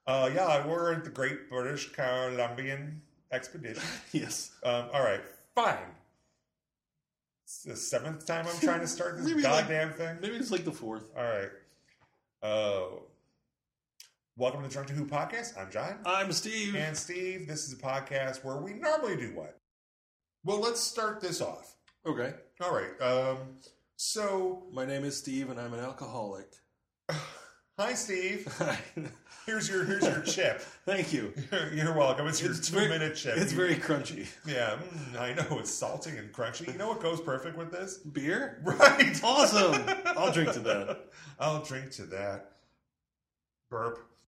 Speaker 1: Uh, yeah, I were the Great British Columbian Expedition.
Speaker 2: Yes.
Speaker 1: Um, all right, fine. It's the seventh time I'm trying to start this
Speaker 2: Maybe like-
Speaker 1: goddamn thing.
Speaker 2: Maybe it's like the fourth.
Speaker 1: All right. Uh, welcome to the Drunk to Who podcast. I'm John.
Speaker 2: I'm Steve.
Speaker 1: and Steve, this is a podcast where we normally do what? Well, let's start this off.
Speaker 2: okay.
Speaker 1: All right. Um, so,
Speaker 2: My name is Steve, and I'm an alcoholic.
Speaker 1: Hi, Steve. Here's your here's your chip.
Speaker 2: Thank you.
Speaker 1: You're, you're welcome. It's, your
Speaker 2: It's
Speaker 1: two
Speaker 2: very-
Speaker 1: minute chip.
Speaker 2: It's
Speaker 1: You-
Speaker 2: very crunchy.
Speaker 1: yeah. mm, I know it's salty and crunchy. You know what goes perfect with this?
Speaker 2: Beer?
Speaker 1: Right.
Speaker 2: Awesome. I'll drink to that.
Speaker 1: I'll drink to that. Burp.